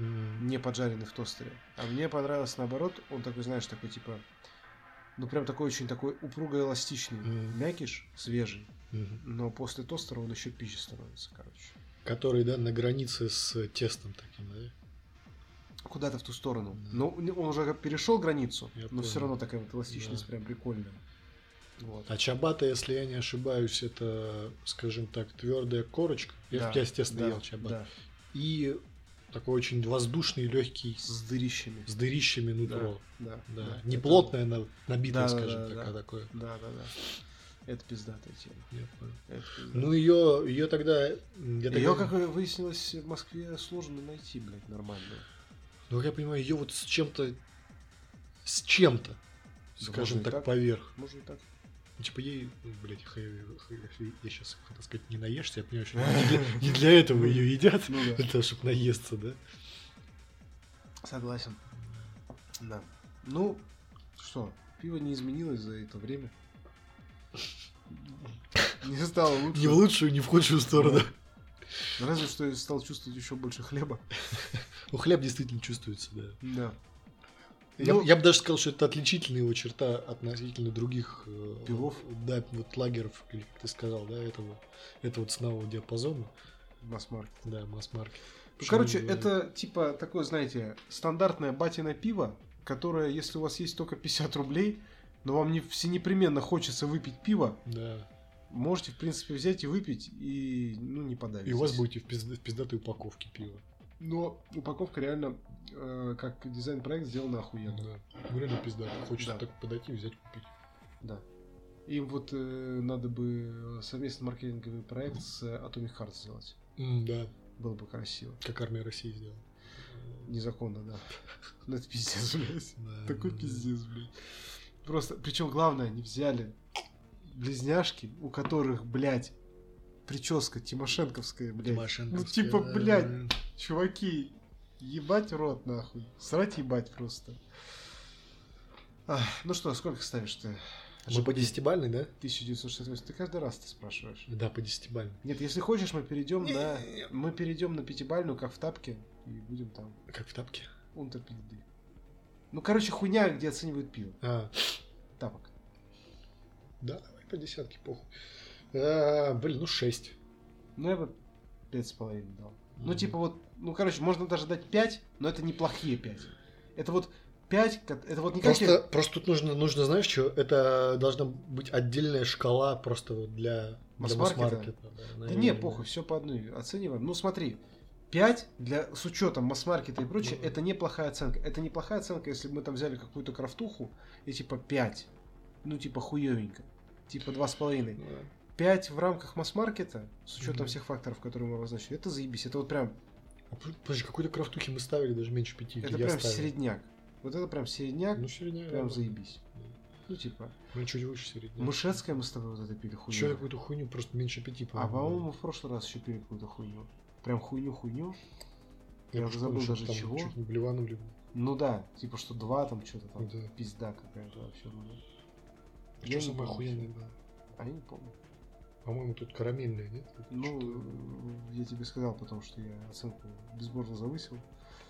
М. не поджаренный в тостере. А мне понравилось наоборот, он такой, знаешь, такой типа, ну прям такой очень такой упруго-эластичный Мгм. мякиш, свежий, Мгм. но после тостера он еще пизже становится, короче. Который, да, на границе с тестом таким, да? Куда-то в ту сторону. Да. Но он уже как перешел границу, Я но понял. все равно такая вот эластичность Да. прям прикольная. Вот. А чабата, если я не ошибаюсь, это, скажем так, твердая корочка. Я, Да, я, естественно, да, ел чабат. да. И такой очень воздушный, легкий, с, С дырищами. с дырищами нутро. Да. Да. да. Не Это- плотное, на- набитое, Да, скажем да, так, да. а такое. Да, да, да. Это пиздатая тема. Я понял. Это пиздатая. Ну, ее, ее тогда... Я так Ее, понимаю- как выяснилось, в Москве сложно найти, блядь, нормально. Ну, как я понимаю, ее вот с чем-то... С чем-то, Да скажем можно и так, так. поверх. Можно и так. Ну, типа ей, ну, блядь, х- х- я сейчас, хотел сказать, не наешься, я понимаю, что не для- не для этого ее едят, Ну да. для того, чтобы наесться, да? Согласен. Да. Ну, что, пиво не изменилось за это время. Не стало лучше. Не в лучшую, не в худшую сторону. Разве что я стал чувствовать еще больше хлеба. Ну, хлеб действительно чувствуется, да. Да. Я, Ну, б- я бы даже сказал, что это отличительная его черта относительно других э, Пивов? Да, вот лагеров, или как ты сказал, да, этого, этого ценового диапазона, Масмарк. да, масс-маркет. Ну, Почему короче, не- это типа такое, знаете, стандартное батино пиво, которое, если у вас есть только 50 рублей, но вам не всенепременно хочется выпить пиво, Да. можете, в принципе, взять и выпить, и, ну, не подавить. И у вас будете в, пизд- в пиздатой упаковке пива. Но упаковка реально, э, как дизайн-проект, сделана охуенно. Да. Ну, реально пиздатый. Хочется Да. так подойти, взять, купить. Да. Им вот э, надо бы э, совместный маркетинговый проект с э, Atomic Heart сделать. М, да, Было бы красиво. как армия России сделала. Незаконно, да. [laughs] Ну это пиздец, блядь. Да, Такой да, да. пиздец, блядь. Просто, причем главное, они взяли близняшки, у которых, блядь, прическа тимошенковская, блядь. Тимошенковская, Ну, типа, да, блядь. да. Чуваки, ебать рот нахуй. Срать ебать просто. Ах, ну что, сколько ставишь ты? Мы А по десятибальной, да? 1968. Ты каждый раз ты спрашиваешь. Да, по десятибальной. Нет, если хочешь, мы перейдем на... Мы перейдем на пятибальную, как в тапке, и будем там Как в тапке. унтер пизды. Ну, короче, хуйня, где оценивают пиво. А, Тапок. да, давай по десятке, похуй. А, блин, ну шесть. Ну, я бы пять с половиной дал. Ну, типа вот, ну, короче, можно даже дать 5, но это неплохие 5. Это вот 5, это вот не как Просто, просто тут нужно, нужно, знаешь, что это должна быть отдельная шкала просто вот для для Масс-маркета? масс-маркета, да, я- Да наверное. не, похуй, все по одной оцениваем. Ну, смотри, 5 для, с учетом масс-маркета и прочее, Ну. это неплохая оценка. Это неплохая оценка, если бы мы там взяли какую-то крафтуху и типа 5. Ну, типа хуевенько. Типа 2,5. Ну, 5 в рамках масс-маркета, с учетом Мгм. всех факторов, которые мы обозначили, это заебись. Это вот прям, А под- Подожди, какой-то крафтухи мы ставили даже меньше пяти. это или я прям ставил? середняк. Вот это прям середняк, Ну, середняк. прям да. заебись. Да. Ну, типа, Ну, чуть выше середняка. мышецкая мы с тобой вот это пили хуйню. Че я какую-то хуйню просто меньше пяти, А, по-моему, в прошлый раз еще пили какую-то хуйню. Прям хуйню-хуйню. я уж уже забыл помню, что даже там чего. Чуть не блеванули. Ну да, типа что два там что-то там, Да. пизда какая-то вообще была. А А Я что не самое помню. охуенное было? А я не помню. По-моему, тут карамельное, нет? Ну, э, я тебе сказал потом, что я оценку безборно завысил.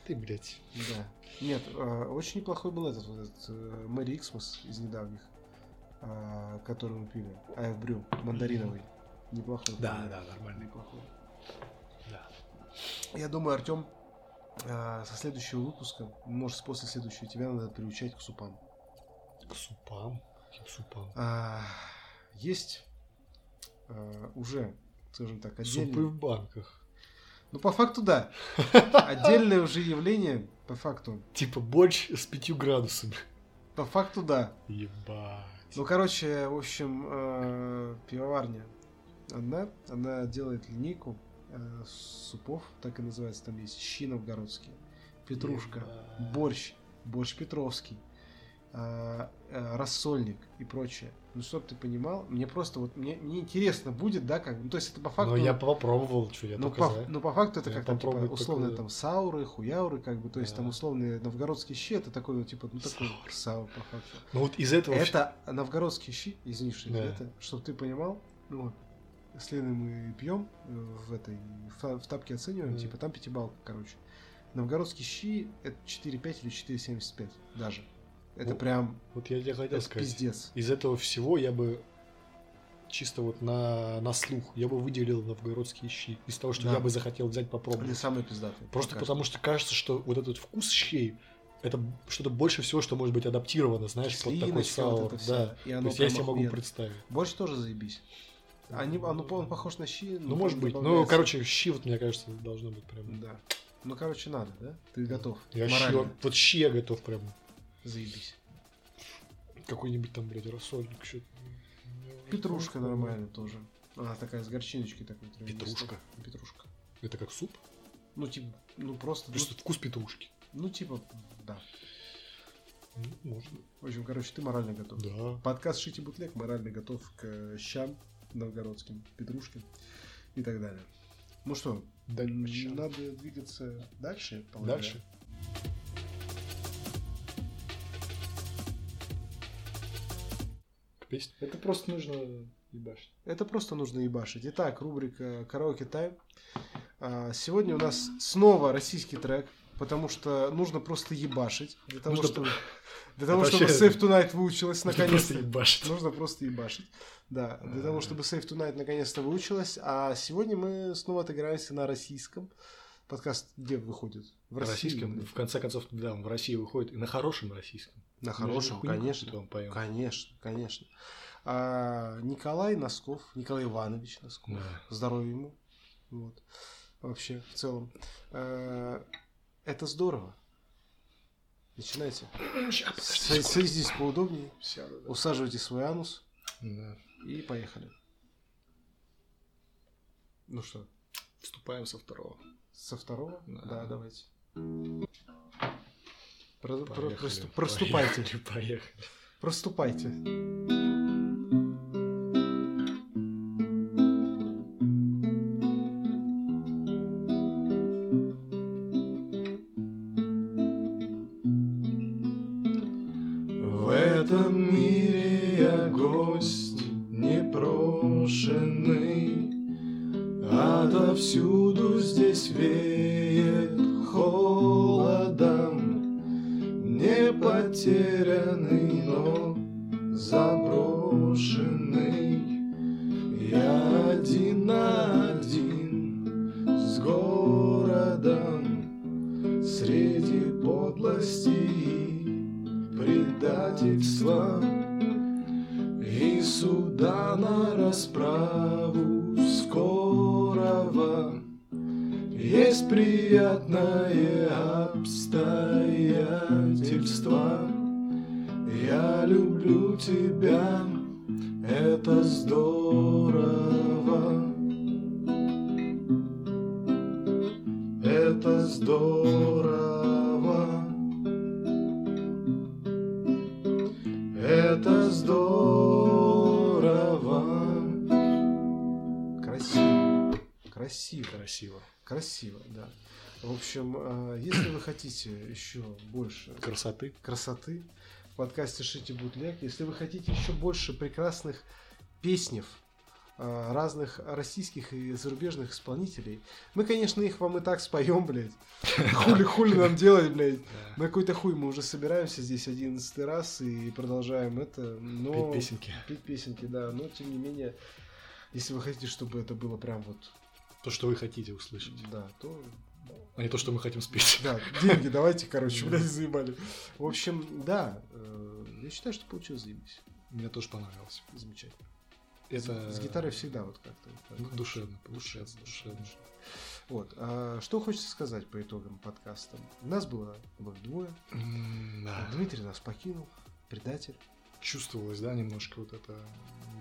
Ты, блядь. Да. Нет, э, очень неплохой был этот, вот этот э, Мэри Иксмас из недавних, э, который мы пили. Айв Брю, мандариновый. Неплохой. по-моему. нормально. Неплохой. Да. Я думаю, Артем, со следующего выпуска, может, после следующего, тебя надо приучать к супам. К супам. Каким супам? А, Есть э, уже, скажем так, Супы отдельные... в банках. Ну, по факту, да. Отдельное уже явление, по факту. Типа борщ с пятью градусами. По факту, да. Ебать. Ну, короче, в общем, э, пивоварня одна. Она делает линейку э, супов, так и называется. Там есть щи новгородские, петрушка, Ебать. борщ, борщ петровский, э, э, рассольник и прочее. Ну, чтоб ты понимал, мне просто вот, мне, мне интересно будет, да, как, ну, то есть это по факту... Но я попробовал, что я ну, только по, за. ну, по факту это Я как там, типа, попробую условно, только- там, сауры, хуяуры, как бы, то есть там Да. условные новгородские щи, это такой, ну, типа, ну, такой Сауры. саур, по факту. Ну вот из этого вообще- Это новгородский щи, извини, что я Да. это, чтобы ты понимал, ну вот, с Леной мы пьем э, в этой, в, та- в тапке оцениваем, Да. типа там пятибалка, короче. Новгородские щи это 4,5 или 4,75 даже. Это Ну, прям Вот я тебе хотел это сказать. пиздец. Из этого всего я бы чисто вот на, на слух, я бы выделил новгородские щи. Из того, что Да. я бы захотел взять попробовать. Они самые пиздатые. Просто пока потому что кажется, что вот этот вкус щей это что-то больше всего, что может быть адаптировано, знаешь, под такой Кислиночка вот саур. это вся. да. И То оно есть я прям себе могу охуенно. представить. Борщ тоже заебись. Они, оно, он похож на щи. Ну, но может там быть. Ну, добавляется- короче, щи, вот мне кажется, должно быть прям. Да. Ну, короче, надо, да? Ты готов. Я щи, Морально. вот щи я готов прям. Заебись. Какой-нибудь там, блядь, рассольник. Ну, чё- Петрушка нормально тоже. Она такая с горчиночкой такой. прям Петрушка? есть. Петрушка. Это как суп? Ну, типа, ну просто, ну, Просто вкус петрушки. ну, типа, да. Ну, можно. В общем, короче, ты морально готов. Да. Подкаст Шити Бутлек морально готов к э, щам новгородским, петрушкам и так далее. Ну что, Да, м, щам. надо двигаться дальше. полагаю. Дальше. К песне. Это просто нужно ебашить. Это просто нужно ебашить. Итак, рубрика «Караоке тайм». А, Сегодня у нас снова российский трек, потому что нужно просто ебашить. Для того, Нужно [laughs] чтобы, для того, вообще- чтобы Save Tonight [laughs] выучилась наконец-то. Ну, Просто ебашит. Нужно просто ебашить. Да, для того, А. чтобы Save Tonight наконец-то выучилась. А сегодня мы снова отыграемся на российском. Подкаст где выходит? В российском, блин. в конце концов, да, он в России выходит. И на хорошем российском. На Мы же хорошем, хуйню конечно. какую-то вам поем. Конечно, конечно. А, Николай Носков, Николай Иванович Носков. Да. Здоровья ему. Вот. Вообще, в целом. Э, Это здорово. Начинайте. Со- Садитесь поудобнее, усаживайте свой анус Да. и поехали. Ну что, Вступаем со второго. со второго? Да. Да, давайте. Про- про- Поехали, просту- проступайте. Поехали, [laughs] поехали. Проступайте. В этом мире я гость непрошенный, Отовсюду здесь веет холодом, Не потерянный, но заброшенный. Я один на один с городом Среди подлости и предательства И суда на расправу скорого Есть приятное обстоятельство Я люблю тебя, это здорово Это здорово Это здорово. Красиво. Красиво. красиво. Красиво. Красиво, да. В общем, э, если вы хотите еще больше [laughs] Красоты. красоты в подкасте «Шите бутлег», если вы хотите еще больше прекрасных песнев э, разных российских и зарубежных исполнителей, мы, конечно, их вам и так споем, блядь. Хули, хули нам делать, блядь. На какой-то хуй мы уже собираемся здесь одиннадцатый раз и продолжаем это, но... Петь песенки. Петь песенки, да, но тем не менее, если вы хотите, чтобы это было прям вот, То, что вы хотите услышать. да, то А не то, что мы [laughs] хотим спеть. [laughs] да, деньги давайте, короче, блядь, заебали. В общем, да, э, я считаю, что получилось заебись. Мне тоже понравилось. Замечательно. Это... С, с гитарой всегда вот как-то. вот так. Ну, Душевно, получается, душевно. Вот. а что хочется сказать по итогам подкаста? Нас было вновь двое. М, Да. Дмитрий нас покинул. Предатель. Чувствовалось, да, немножко вот эта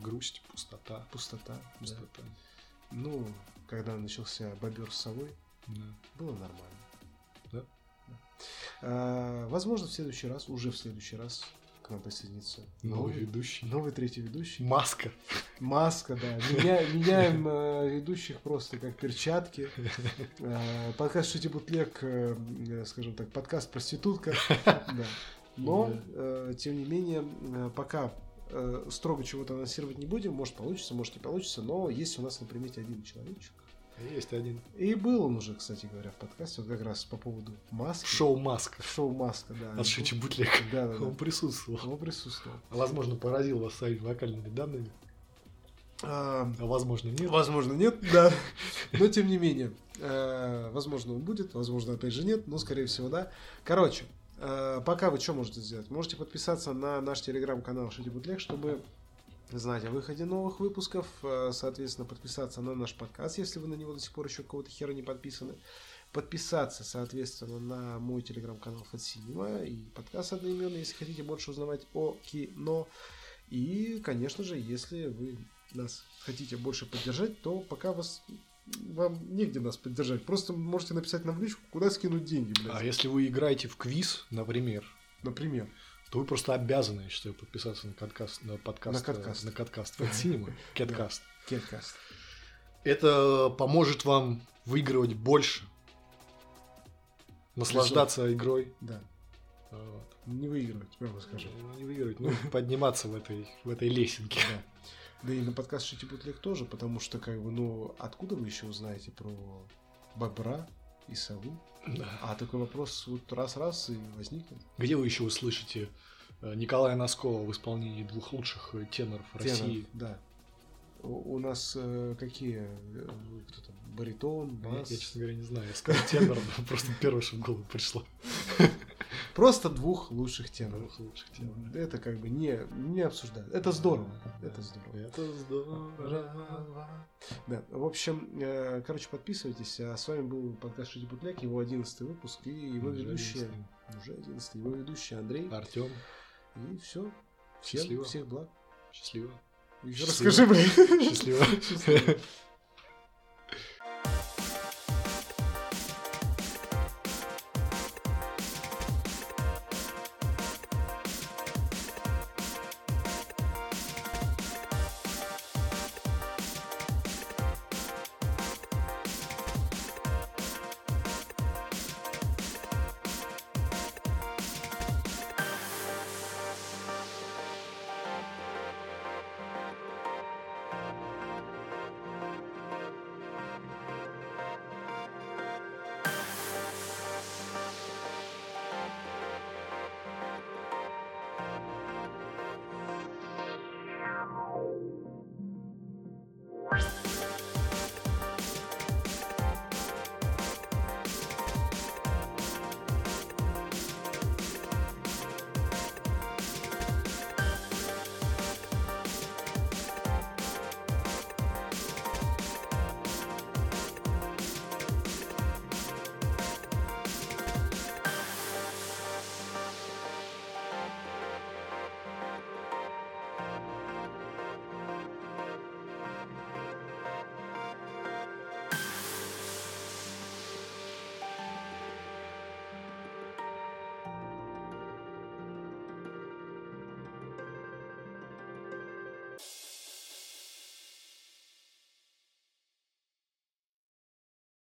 грусть, пустота. Пустота. да. Пустота. Ну, когда начался бобер с совой, Да. было нормально. Да. Да. А, возможно, в следующий раз, уже в следующий раз к нам присоединится Новый ведущий. новый третий ведущий. Маска. Маска, да. Меня- меняем э, ведущих просто как перчатки. Э, подкаст «Шути Бутлег», э, э, скажем так, подкаст [laughs] «Проститутка». Да. Но, э, тем не менее, э, пока э, строго чего-то анонсировать не будем. Может, получится, может, не получится. Но есть у нас на примете один человечек. Есть один. И был он уже, кстати говоря, в подкасте. Вот как раз по поводу маски. Шоу Маска. Шоу «Маска», А, ну, да. От Шити Бутлек. Да, да, Он да. присутствовал. А, Он присутствовал. Возможно, поразил вас своими вокальными данными, А, а возможно, нет. Возможно, нет, да. Но тем не менее, э, возможно, он будет, возможно, опять же, нет, но, скорее всего, да. Короче, э, пока вы что можете сделать? Можете подписаться на наш телеграм-канал Шити Бутлег, чтобы знать о выходе новых выпусков, э, соответственно, подписаться на наш подкаст, если вы на него до сих пор еще какого-то хера не подписаны. Подписаться, соответственно, на мой телеграм-канал Фатсинема и подкаст одноименный, если хотите больше узнавать о кино. И, конечно же, если вы нас хотите больше поддержать, то пока вас вам негде нас поддержать. Просто можете написать нам в личку, куда скинуть деньги, блядь. А если вы играете в квиз, например, Например. то вы просто обязаны, я считаю, подписаться на подкаст, на подкаст, На каткаст. э, на каткаст [laughs] Fat Cinema, Catcast. Кеткаст. Это поможет вам выигрывать больше, наслаждаться игрой, Э, Да. вот. Не выигрывать, прямо скажем. Ну, не выигрывать, ну [laughs] подниматься в этой в этой лесенке. [laughs] Да. Да и на подкаст Шити Бутлег тоже, потому что, как бы, ну, откуда вы еще узнаете про бобра и сову? Да. А такой вопрос вот раз-раз и возникнет. Где вы еще услышите э, Николая Носкова в исполнении двух лучших э, теноров России? Тенор, да. У у нас э, какие? э, Кто там? Баритон, Я, я, бас? честно говоря, не знаю. Я сказал тенор, но [laughs] просто первое, что в голову пришло. Просто двух лучших теноров. Двух лучших теноров. Это как бы не, не обсуждают. Это здорово. Это здорово. Это здорово. Да. В общем, э, короче, подписывайтесь. А с вами был подкаст Шути Бутляк, его 11 выпуск и его ведущие. Уже 11 Его ведущий Андрей. Артем, И все. Всем Счастливо. всех благ. счастливо. Ещё Счастливо. Расскажи, блин. Счастливо. Счастливо.